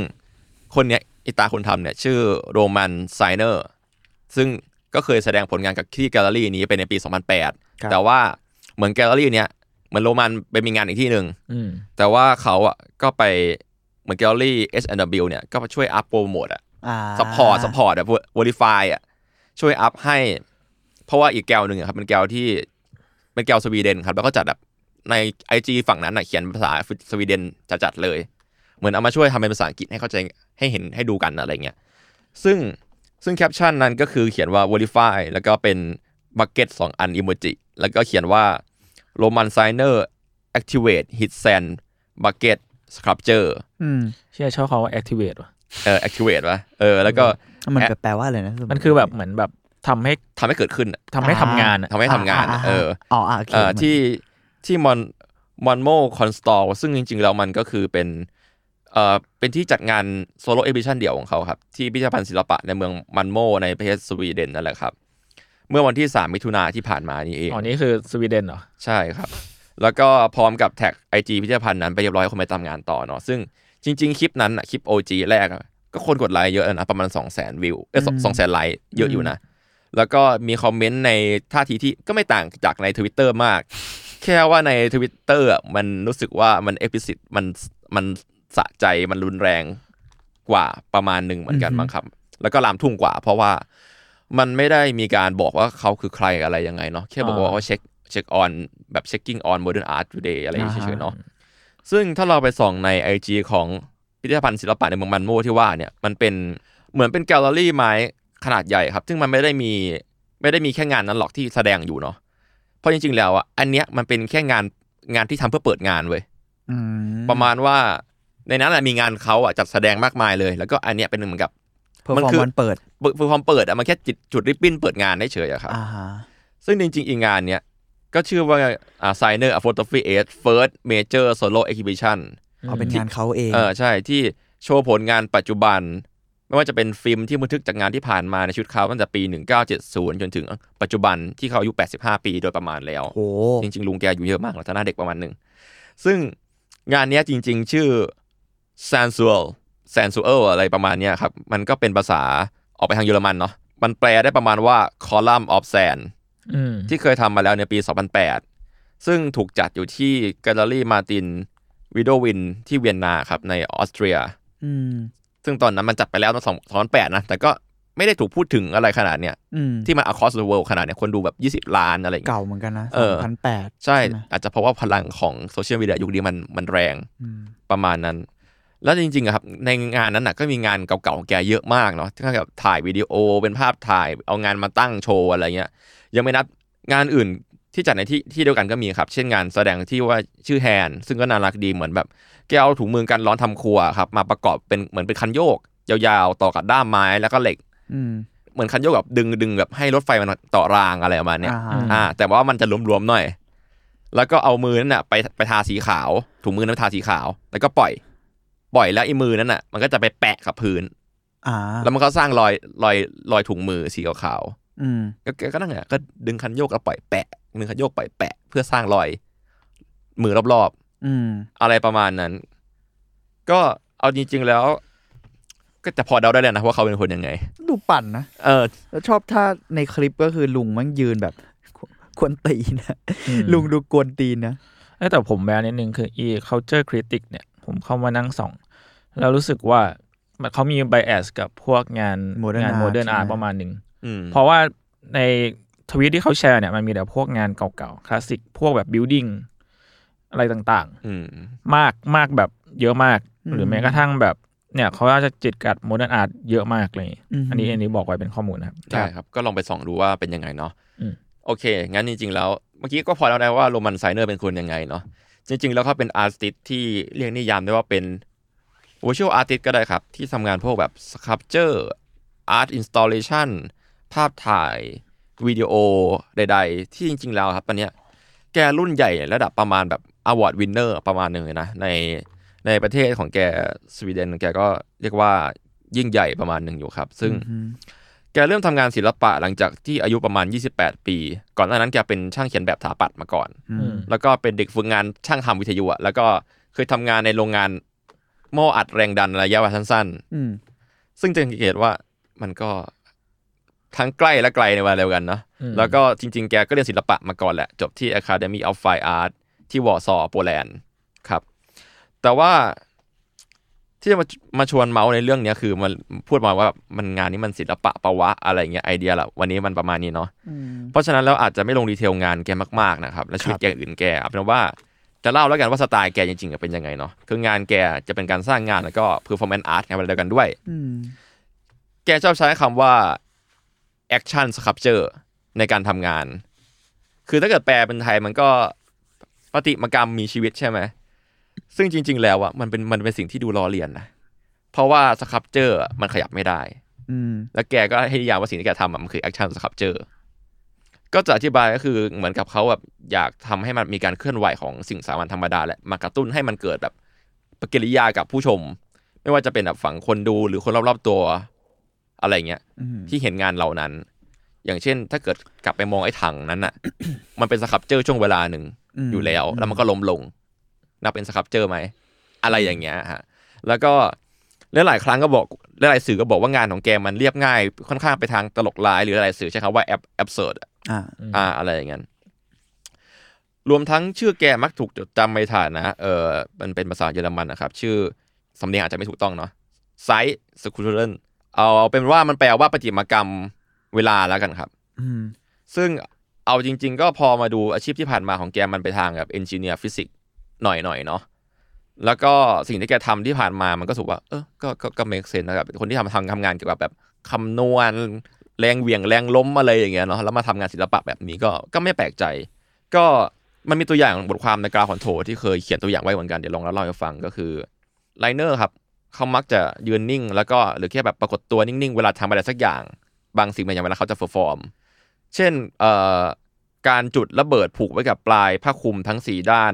Speaker 3: คนเนี้ยอิตาคนทำเนี่ยชื่อโรมันไซเนอร์ ซึ่งก็เคยแสดงผลงานกับที่แกลเลอรี่นี้เป็นในปี
Speaker 4: ครับ
Speaker 3: 2008 แต่ว่าเหมือนแกลเลอรี่เนี้ยเหมือนโรมันไปมีงานอีกที่หนึ่ง
Speaker 2: อืม
Speaker 3: แต่ว่าเขาอ่ะก็ไปเหมือนแกลเลอรี่ H&W เนี่ยก็ไปช่วยอัพโปรโมทอ่ะ
Speaker 4: อ่า
Speaker 3: ซัพพอร์ตซัพพอร์ตแบบวอลิฟายอ่ะช่วยอัพให้ เพราะว่าอีกแก้วหนึ่งอะครับเป็นแก้วที่เป็นแก้วสวีเดนครับแล้วก็จัดแบบในไอจฝั่งนั้นอะเขียนภาษาสวีเดนจัดจัดๆเลย เหมือนเอามาช่วยทำเป็นภาษาอังกฤษให้เข้าใจให้เห็นให้ดูกันอะไรเงี้ยซึ่งซึ่งแคปชั่นนั้นก็คือเขียนว่า v o l i f y แล้วก็เป็นบักเก็ตสองอันอิโมจิแล้วก็เขียนว่า Roman Signer activate his sand bucket sculpture
Speaker 4: อืม
Speaker 2: เชื่อชอบเขาว่า activate ว่ะ
Speaker 3: เอ่อ activate วะเออแล้วก็
Speaker 4: มัน
Speaker 3: แอะ
Speaker 4: แปลว่าอะไรนะ
Speaker 2: มันคือแบบเหมือนแบบทำให้
Speaker 3: ทำให้เกิดขึ้นอะ
Speaker 2: ทำให้ทำงานอะ
Speaker 3: ทำให้ทำงานอะเออ
Speaker 4: อ๋ออ่ะโอเค
Speaker 3: เออที่ที่มอนมอนโมคอนสตอลซึ่งจริง ๆ แล้วมันก็คือเป็นเออเป็นที่จัดงานโซโลเอ i ิชันเดี่ยวของเขาครับ ที่พิพิธภัณฑ์ศิลปะในเมืองมันโมในประเทศสวีเดนนั่นแหละครับ เมื่อวันที่ 3 มิถุนาที่ผ่านมานี่เอง
Speaker 2: อ๋อนี่คือสวีเดนเหรอ
Speaker 3: ใช่ครับ แล้วก็พร้อมกับแท็กไอจีพิพิธภัณฑ์นั้นไปเรียบร้อยคนไปตามงานต่อเนาะซึ่งจริง ๆ คลิปนั้นอะคลิป OG แรกอะก็คนกดไลค์เยอะแล้วนะประมาณ 2 0 0 0 0 0 วิวเออสองแสนไลค์เยอะอยู่นะ แล้วก็มีคอมเมนต์ในท่าทีที่ก็ไม่ต่างจากใน Twitter มาก แค่ว่าใน Twitter อะมันรู้สึกว่ามันเอพิสิ e มันมันสะใจมันรุนแรงกว่าประมาณหนึ่งเหมือนกันมั้งครับ แล้วก็ลามทุ่งกว่า เพราะว่ามันไม่ได้มีการบอกว่าเขาคือใครอะไรยังไงเนาะแค่บอกว่า
Speaker 2: อ่า
Speaker 3: เช็คเช็คออนแบบ checking on modern art today อะไรอย่างเงี้ย
Speaker 2: อ่าฮะ
Speaker 3: เฉยๆเนาะซึ่งถ้าเราไปส่องใน IG ของพิพิธภัณฑ์ศิลปะในเมืองมันโมที่ว่าเนี่ยมันเป็นเหมือนเป็นแกลเลอรี่ไม้ขนาดใหญ่ครับ ซึ่งมันไม่ได้มีไม่ได้มีแค่งานนั้นหรอกที่แสดงอยู่เนาะเพราะจริงๆแล้วอ่ะอันเนี้ยมันเป็นแค่งานงานที่ทำเพื่อเปิดงานเว้ย
Speaker 4: อืม
Speaker 3: ประมาณว่า ในนั้นอะมีงานเขาอะจัดแสดงมากมายเลย แล้วก็อันเนี้ยเป็นเหมือนกับ
Speaker 4: เพอร์
Speaker 3: มัน
Speaker 4: ฟอร์
Speaker 3: คือ
Speaker 4: มวันเปิด
Speaker 3: คือความเปิดอะมันแค่จิตจุดริบบิ้นเปิดงานเฉยๆอะครับ
Speaker 4: อ่าฮะ
Speaker 3: ซึ่งจริงๆอีกงานเนี้ยก็ชื่อว่าอ่า Signer a Photography Age First Major Solo Exhibition
Speaker 4: เอาเป็นงานเขาเอง
Speaker 3: เออใช่ที่โชว์ผลงานปัจจุบัน ไม่ว่าจะเป็นฟิล์มที่บันทึกจากงานที่ผ่านมาในชุดเขาตั้งแต่ปี 1970 จนถึงปัจจุบันที่เขาอายุ 85 ปีโดยประมาณแล้ว
Speaker 4: โอ้
Speaker 3: จริงๆ ลุงแกอายู่เยอะมากแล้วถ้าหน้าเด็กประมาณหนึ่ง ซึ่งงานเนี้ยจริงๆ ชื่อ sensual sensual อะไรประมาณเนี้ยครับ มันก็เป็นภาษาออกไปทางเยอรมันเนาะมันแปลได้ประมาณว่า column of sand
Speaker 2: อืม
Speaker 3: ที่เคยทำมาแล้วในปี 2008 ซึ่งถูกจัดอยู่ที่แกลเลอรี่มาตินวิโดวินที่เวียนนาครับในออสเตรีย
Speaker 4: อืม
Speaker 3: ซึ่งตอนนั้นมันจัดไปแล้วตอนสองสองพันแปดนะ แต่ก็ไม่ได้ถูกพูดถึงอะไรขนาดเนี้ย
Speaker 4: อืม
Speaker 3: ที่มัน across the world ขนาดเนี้ยคนดูแบบ 20 ล้านอะไรอย่างเงี้ย
Speaker 4: เก่าเหมือนกันนะ
Speaker 3: เอ
Speaker 4: สอ
Speaker 3: อ
Speaker 4: งพันแปด
Speaker 3: ใช่
Speaker 4: ใช่ไหม
Speaker 3: อาจจะเพราะว่าพลังของโซเชียลมีเดียยุคนี้มันมันแรง
Speaker 4: อืม
Speaker 3: ประมาณนั้น แล้วจริงๆอะครับในงานนั้นน่ะก็มีงานเก่าๆของแกเยอะมากเนาะที่แบบถ่ายวิดีโอเป็นภาพถ่ายเอางานมาตั้งโชว์อะไรเงี้ย ยังไม่นับงานอื่นที่จัดในที่ที่เดียวกันก็มีครับ เช่นงานแสดงที่ว่าชื่อแฮนซึ่งก็น่ารักดีเหมือนแบบ แกเอาถุงมือกันร้อนทำครัวครับมาประกอบเป็นเหมือนเป็นคันโยก ยาวๆต่อกับด้ามไม้แล้วก็เหล็ก
Speaker 4: อืม
Speaker 3: เหมือนคันโยกแบบดึงดึงแบบให้รถไฟมันต่อรางอะไรประมาณเนี้ย
Speaker 4: อ่าฮะ
Speaker 3: อ่าแต่ว่ามันจะหลวมๆหน่อย แล้วก็เอามือนั่นน่ะไปไปทาสีขาว ถุงมือนั้นไปทาสีขาว แล้วก็ปล่อย ปล่อยแล้วไอ้มือนั้นน่ะ มันก็จะไปแปะกับพื้น
Speaker 4: อ่า
Speaker 3: แล้วมันก็สร้างรอยรอยรอยถุงมือสีขาว
Speaker 4: อืม
Speaker 3: ๆก็ก็ก็นั่งอ่ะก็ดึงคันโยกแล้วปล่อยแปะดึงคันโยกปล่อยแปะเพื่อสร้างรอย มือรอบ
Speaker 4: อืม
Speaker 3: ๆอะไรประมาณนั้น ก็เอาจริง ๆแล้ว ก็จะพอเดาได้แล้วนะว่าเขาเป็นคนยังไง
Speaker 4: ดูปั่นนะ
Speaker 3: เออ
Speaker 4: แล้วชอบท่าในคลิปก็คือลุงมันยืนแบบกวกวนตีนนะ
Speaker 2: อืม
Speaker 4: ลุงดูกวนตีนนะ
Speaker 2: เอ้ยแต่ผมแบนนิดนึงคือ e culture critic เนี่ยผมเข้ามานั่งส่อง แล้วรู้สึกว่ามันเขามี bias กับพวกงาน
Speaker 4: Modern
Speaker 2: งาน
Speaker 4: art
Speaker 2: โมเดิร์นอาร์
Speaker 4: ใช่ไหม
Speaker 2: ประมาณหนึ่ง
Speaker 3: อืม
Speaker 2: เพราะว่าในทวีตที่เขาแชร์เนี่ยมันมีแต่พวกงานเก่าๆ คลาสสิก พวกแบบ building อะไรต่าง
Speaker 3: อืม
Speaker 2: ๆ มากมากแบบเยอะมาก
Speaker 4: อืม
Speaker 2: หรือแม้กระทั่งแบบเนี่ยเขาอาจจะจิตกัดโมเดิร์นอาร์ตเยอะมากเลย
Speaker 4: อืม
Speaker 2: อันนี้อันนี้บอกไว้เป็นข้อมูลนะครับ
Speaker 3: ใช่ครับ ก็ลองไปส่องดูว่าเป็นยังไงเนาะ
Speaker 2: อืม
Speaker 3: โอเค งั้นจริง ๆ แล้ว เมื่อกี้ก็พอแล้วนะว่าโรมันไซเนอร์เป็นคนยังไงเนาะ จริง ๆ แล้วเขาเป็นอาร์ติสที่เรียกนิยามได้ว่าเป็นวิชวลอาร์ติสก็ได้ครับ ที่ทำงานพวกแบบสครับเจอร์อาร์ตอินสต l เลชันภาพถ่าย วิดีโอใด ๆ ที่จริง ๆ แล้วครับตอนเนี้ยแกรุ่นใหญ่ระดับประมาณแบบอวอร์ดวินเนอร์ประมาณหนึ่งเลยนะ ในในประเทศของแกสวีเดน แกก็เรียกว่ายิ่งใหญ่ประมาณหนึ่งอยู่ครับ ซึ่ง
Speaker 4: อืม
Speaker 3: แกเริ่มทำงานศิลปะหลังจากที่อายุประมาณ 28 ปี ก่อนหน้านั้นแกเป็นช่างเขียนแบบสถาปัตย์มาก่อน
Speaker 4: อืม
Speaker 3: แล้วก็เป็นเด็กฝึกงานช่างทำวิทยุอะแล้วก็เคยทำงานในโรงงานหม้ออัดแรงดันระยะเวลาสั้น
Speaker 4: อืม
Speaker 3: ๆ ซึ่งจะสังเกตว่ามันก็ทั้งใกล้และไกลในเวลาเดียวกันเนาะ
Speaker 2: อืม
Speaker 3: แล้วก็จริง ๆ แกก็เรียนศิลปะมาก่อนแหละ จบที่ Academy of Fine Art ที่วอร์ซอโปแลนด์ครับ แต่ว่าที่จะมามาชวนเมาส์ในเรื่องเนี้ยคือมันพูดมาว่ามันงานนี้มันศิลปะปะวะอะไรเงี้ยไอเดียละวันนี้มันประมาณนี้เนาะ
Speaker 4: อืม
Speaker 3: เพราะฉะนั้นแล้วอาจจะไม่ลงดีเทลงานแกมากๆนะครับ และชีวิตแกอื่นแกเอาเป็นว่าจะเล่าแล้วกันว่าสไตล์แกจริงๆอะเป็นยังไงเนาะคืองานแกจะเป็นการสร้างงานแล้วก็เพอร์ฟอร์แมนซ์อาร์ตงานอะไรเดียวกันด้วย
Speaker 4: อืม
Speaker 3: แกชอบใช้คำว่า action sculpture ในการทำงาน คือถ้าเกิดแปลเป็นไทยมันก็ปฏิมากรรมมีชีวิตใช่ไหม ซึ่งจริง ๆ แล้วอะมันเป็นมันเป็นสิ่งที่ดูล้อเลียนนะ เพราะว่า sculpture อะมันขยับไม่ได้
Speaker 4: อืม
Speaker 3: แล้วแกก็ให้นิยามว่าสิ่งที่แกทำอะมันคือ action sculpture ก็จะอธิบายก็คือเหมือนกับเขาแบบอยากทำให้มันมีการเคลื่อนไหวของสิ่งสามัญธรรมดาและมากระตุ้นให้มันเกิดแบบปฏิกิริยากับผู้ชม ไม่ว่าจะเป็นแบบฝั่งคนดูหรือคนรอบๆตัวอะไรเงี้ย
Speaker 4: อืม
Speaker 3: ที่เห็นงานเหล่านั้น อย่างเช่น ถ้าเกิดกลับไปมองไอ้ถังนั้นน่ะ *coughs* มันเป็นสครับเจอร์ช่วงเวลาหนึ่ง
Speaker 4: อืม
Speaker 3: อยู่แล้ว แล้วมันก็ล้มลง นับเป็นสครับเจอร์ไหม อะไรอย่างเงี้ยฮะ แล้วก็หลายๆครั้งก็บอกหลายๆสื่อก็บอกว่างานของแกมันเรียบง่าย ค่อนข้างไปทางตลกร้าย หรือหลายๆสื่อใช้คำว่าแอบแอบเสิร์
Speaker 4: อ่า
Speaker 3: อ่าอะไรอย่างนั้น รวมทั้งชื่อแกมักถูกจดจำในฐานะ เออมันเป็นภาษาเยอรมันนะครับ ชื่อสำเนียงอาจจะไม่ถูกต้องเนาะไซส์สคูเรนเอาเป็นว่ามันแปลว่าประติมากรรมเวลาแล้วกันครับ
Speaker 4: อืม
Speaker 3: ซึ่งเอาจริง ๆ ก็พอมาดูอาชีพที่ผ่านมาของแกมันไปทางแบบเอนจิเนียร์ฟิสิกส์หน่อยๆเนาะแล้วก็สิ่งที่แกทำที่ผ่านมามันก็รู้สุว่า เออก็ก็ก็เมคเซนนะครับเป็นคนที่ทำทำทำงานเกี่ยวกับแบบคำนวณแรงเหวี่ยงแรงล้มอะไรอย่างเงี้ยเนาะแล้วมาทำงานศิลปะแบบนี้ก็ก็ไม่แปลกใจ ก็มันมีตัวอย่างบทความในกราฟคอนโทรที่เคยเขียนตัวอย่างไว้เหมือนกันเดี๋ยวลองเล่าให้ฟังก็คือ ไลเนอร์ครับเขามักจะยืนนิ่ง แล้วก็หรือแค่แบบปรากฏตัวนิ่งๆ เวลาทำอะไรสักอย่าง บางสิ่งบางอย่างเวลาเขาจะเฟอร์ฟอร์ม เช่นเอ่อการจุดระเบิดผูกไว้กับปลายผ้าคลุมทั้งสี่ด้าน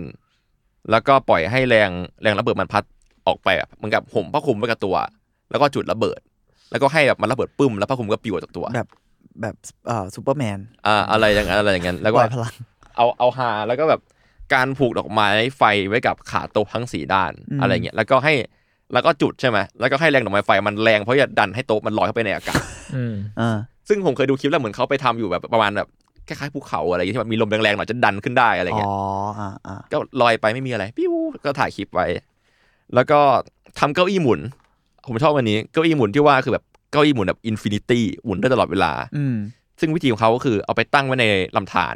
Speaker 3: แล้วก็ปล่อยให้แรงแรงระเบิดมันพัดออกไปแบบเหมือนกับห่มผ้าคลุมไว้กับตัว แล้วก็จุดระเบิด แล้วก็ให้แบบมันระเบิดปึ้มแล้วผ้าคลุมก็ปลิวออกจากตัว
Speaker 4: แบบแบบเอ่อซูเปอร์แมน
Speaker 3: อ่าอะไรอย่างนั้นอะไรอย่างนั้นแล้ว
Speaker 4: ป
Speaker 3: ก็
Speaker 4: ล่อยพลัง
Speaker 3: เอาเอาหาแล้วก็แบบการผูกดอกไม้ไฟไว้กับขาโต๊ะทั้งสี่ด้าน
Speaker 4: อืม
Speaker 3: อะไรเงี้ยแล้วก็ให้แล้วก็จุดใช่ไหมแล้วก็ให้แรงดอกไม้ไฟมันแรงเพราะจะดันให้โต๊ะมันลอยเข้าไปในอากา
Speaker 4: *laughs*
Speaker 3: ศ
Speaker 2: อืม
Speaker 4: อ่า
Speaker 3: ซึ่งผมเคยดูคลิปแล้วเหมือนเขาไปทำอยู่แบบประมาณแบบคล้ายๆภูเขาอะไรเงี้ยที่แบบมีลมแรงๆหน่อยจะดันขึ้นได้อะไร
Speaker 4: อ๋
Speaker 3: เงี้ย
Speaker 4: ออ่าอ่า
Speaker 3: ก็ลอยไปไม่มีอะไรปิ้วก็ถ่ายคลิปไว้ แล้วก็ทำเก้าอี้หมุน ผมชอบวันนี้เก้าอี้หมุนที่ว่าคือแบบเก้าอี้หมุนแบบอินฟินิตี้หมุนได้ตลอดเวลา
Speaker 4: อืม
Speaker 3: ซึ่งวิธีของเขาก็คือเอาไปตั้งไว้ในลำธาร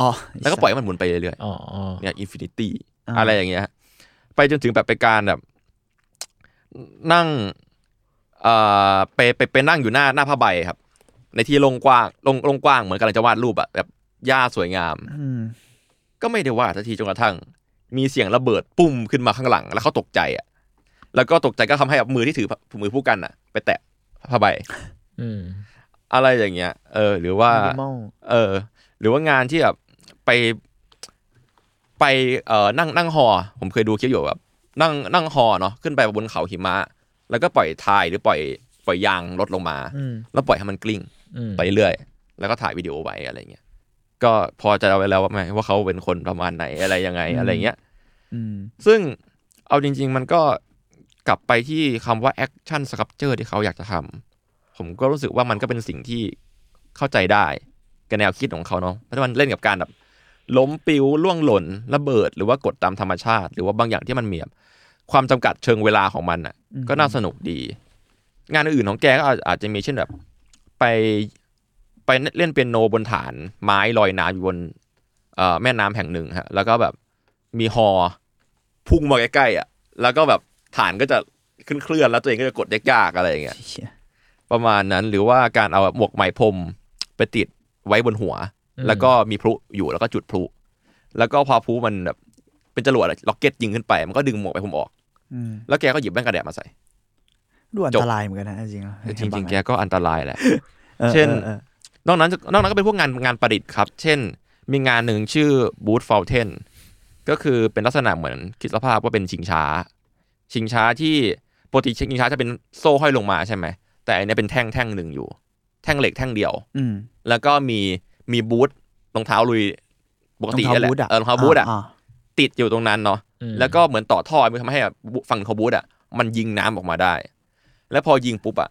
Speaker 4: อ๋อ
Speaker 3: แล้วก็ปล่อยให้มันหมุนไปเรื่อยๆ
Speaker 2: อ๋ออ๋อ
Speaker 3: เนี่ยอินฟินิตี้
Speaker 4: อ่า
Speaker 3: อะไรอย่างเงี้ยฮะไปจนถึงแบบไปการแบบ นั่งเอ่อไปไปไปนั่งอยู่หน้าหน้าผ้าใบครับ ในที่โลงกว้างโลงโลงกว้างเหมือนกำลังจะวาดรูปอะแบบหญ้าสวยงาม
Speaker 4: อืม
Speaker 3: ก็ไม่ได้วาดสักทีจนกระทั่ง มีเสียงระเบิดปุ้มขึ้นมาข้างหลัง แล้วเขาตกใจอะแล้วก็ตกใจก็ทำให้แบบมือที่ถือมือผู้กันอะไปแตะผ้าใบ
Speaker 2: อืม
Speaker 3: อะไรอย่างเงี้ย เออ หรือว่า
Speaker 4: มินิมอล
Speaker 3: เออหรือว่างานที่แบบไปไปเอ่อนั่งนั่งหอ ผมเคยดูคลิปอยู่แบบนั่งนั่งหอเนาะขึ้นไปบนเขาหิมะ แล้วก็ปล่อยทายหรือปล่อยปล่อยยางรถลงมา
Speaker 2: อืม
Speaker 3: แล้วปล่อยให้มันกลิ้ง
Speaker 2: อืม
Speaker 3: ไปเรื่อยแล้วก็ถ่ายวิดีโอไว้อะไรเงี้ยก็พอจะเอาไว้แล้วว่าไหมว่าเขาเป็นคนประมาณไหนอะไรยังไงอะไรเงี้ย
Speaker 4: อืม
Speaker 3: ซึ่งเอาจริง ๆ มันก็กลับไปที่คำว่าแอคชั่นสครับเจอร์ที่เขาอยากจะทำผมก็รู้สึกว่ามันก็เป็นสิ่งที่เข้าใจได้กับแนวคิดของเขาเนาะเพราะมันเล่นกับการแบบล้มปิวล่วงหล่นระเบิด หรือว่ากดตามธรรมชาติ หรือว่าบางอย่างที่มันมีแบบความจำกัดเชิงเวลาของมันอ่ะ ก็น่าสนุกดี งานอื่นๆของแกก็อาจอาจจะมีเช่นแบบ ไปไปเล่นเปียโนบนฐานไม้ลอยน้ำอยู่บนเอ่อแม่น้ำแห่งหนึ่งฮะแล้วก็แบบมีฮอพุ่งมาใกล้ๆอ่ะแล้วก็แบบฐานก็จะขึ้นเคลื่อนๆแล้วตัวเองก็จะกดยากๆอะไรอย่างเงี้ย
Speaker 4: เชี่ย
Speaker 3: ประมาณนั้นหรือว่าการเอาหมวกไหมพรมไปติดไว้บนหัว แล้วก็มีพลุอยู่แล้วก็จุดพลุแล้วก็พอพลุมันแบบเป็นจรวดอะล็อกเก็ตยิงขึ้นไป มันก็ดึงหมวกไหมพรมออก
Speaker 4: อืม
Speaker 3: แล้วแกก็หยิบแว่นกันแดดมาใส่
Speaker 4: ดูอัน
Speaker 3: จบ
Speaker 4: ตรายเหมือนกันนะจริงๆแล้ว
Speaker 3: จริงๆ แกก็อันตรายแหละ
Speaker 4: ออ
Speaker 3: เช่น
Speaker 4: ออออน
Speaker 3: อกนั้นนอกนั้นก็เป็นพวกงานงานประดิษฐ์ครับ เช่น มีงานหนึ่งชื่อบูธฟลเทนก็คือเป็นลักษณะเหมือนคิดสภาพว่าเป็นชิงช้า ชิงช้าที่ปกติชิงช้าจะเป็นโซ่ห้อยลงมาใช่ไหม แต่อันเนี้ยเป็นแท่งแท่งหนึ่งอยู่ แท่งเหล็กแท่งเดียว
Speaker 4: อืม
Speaker 3: แล้วก็มีมีบูธรองเท้าลุยปกติ
Speaker 4: รอง
Speaker 3: นั่นแห
Speaker 4: เท้า
Speaker 3: ละ
Speaker 4: บูทอ่ะ
Speaker 3: เออรองเท้าบูธอ่ะ
Speaker 4: า
Speaker 3: ติดอยู่ตรงนั้นเนาะ
Speaker 2: อืม
Speaker 3: แล้วก็เหมือนต่อท่อมันทำให้แบบฝั่งของบูธอ่ะมันยิงน้ำออกมาได้ แล้วพอยิงปุ๊บอ่ะ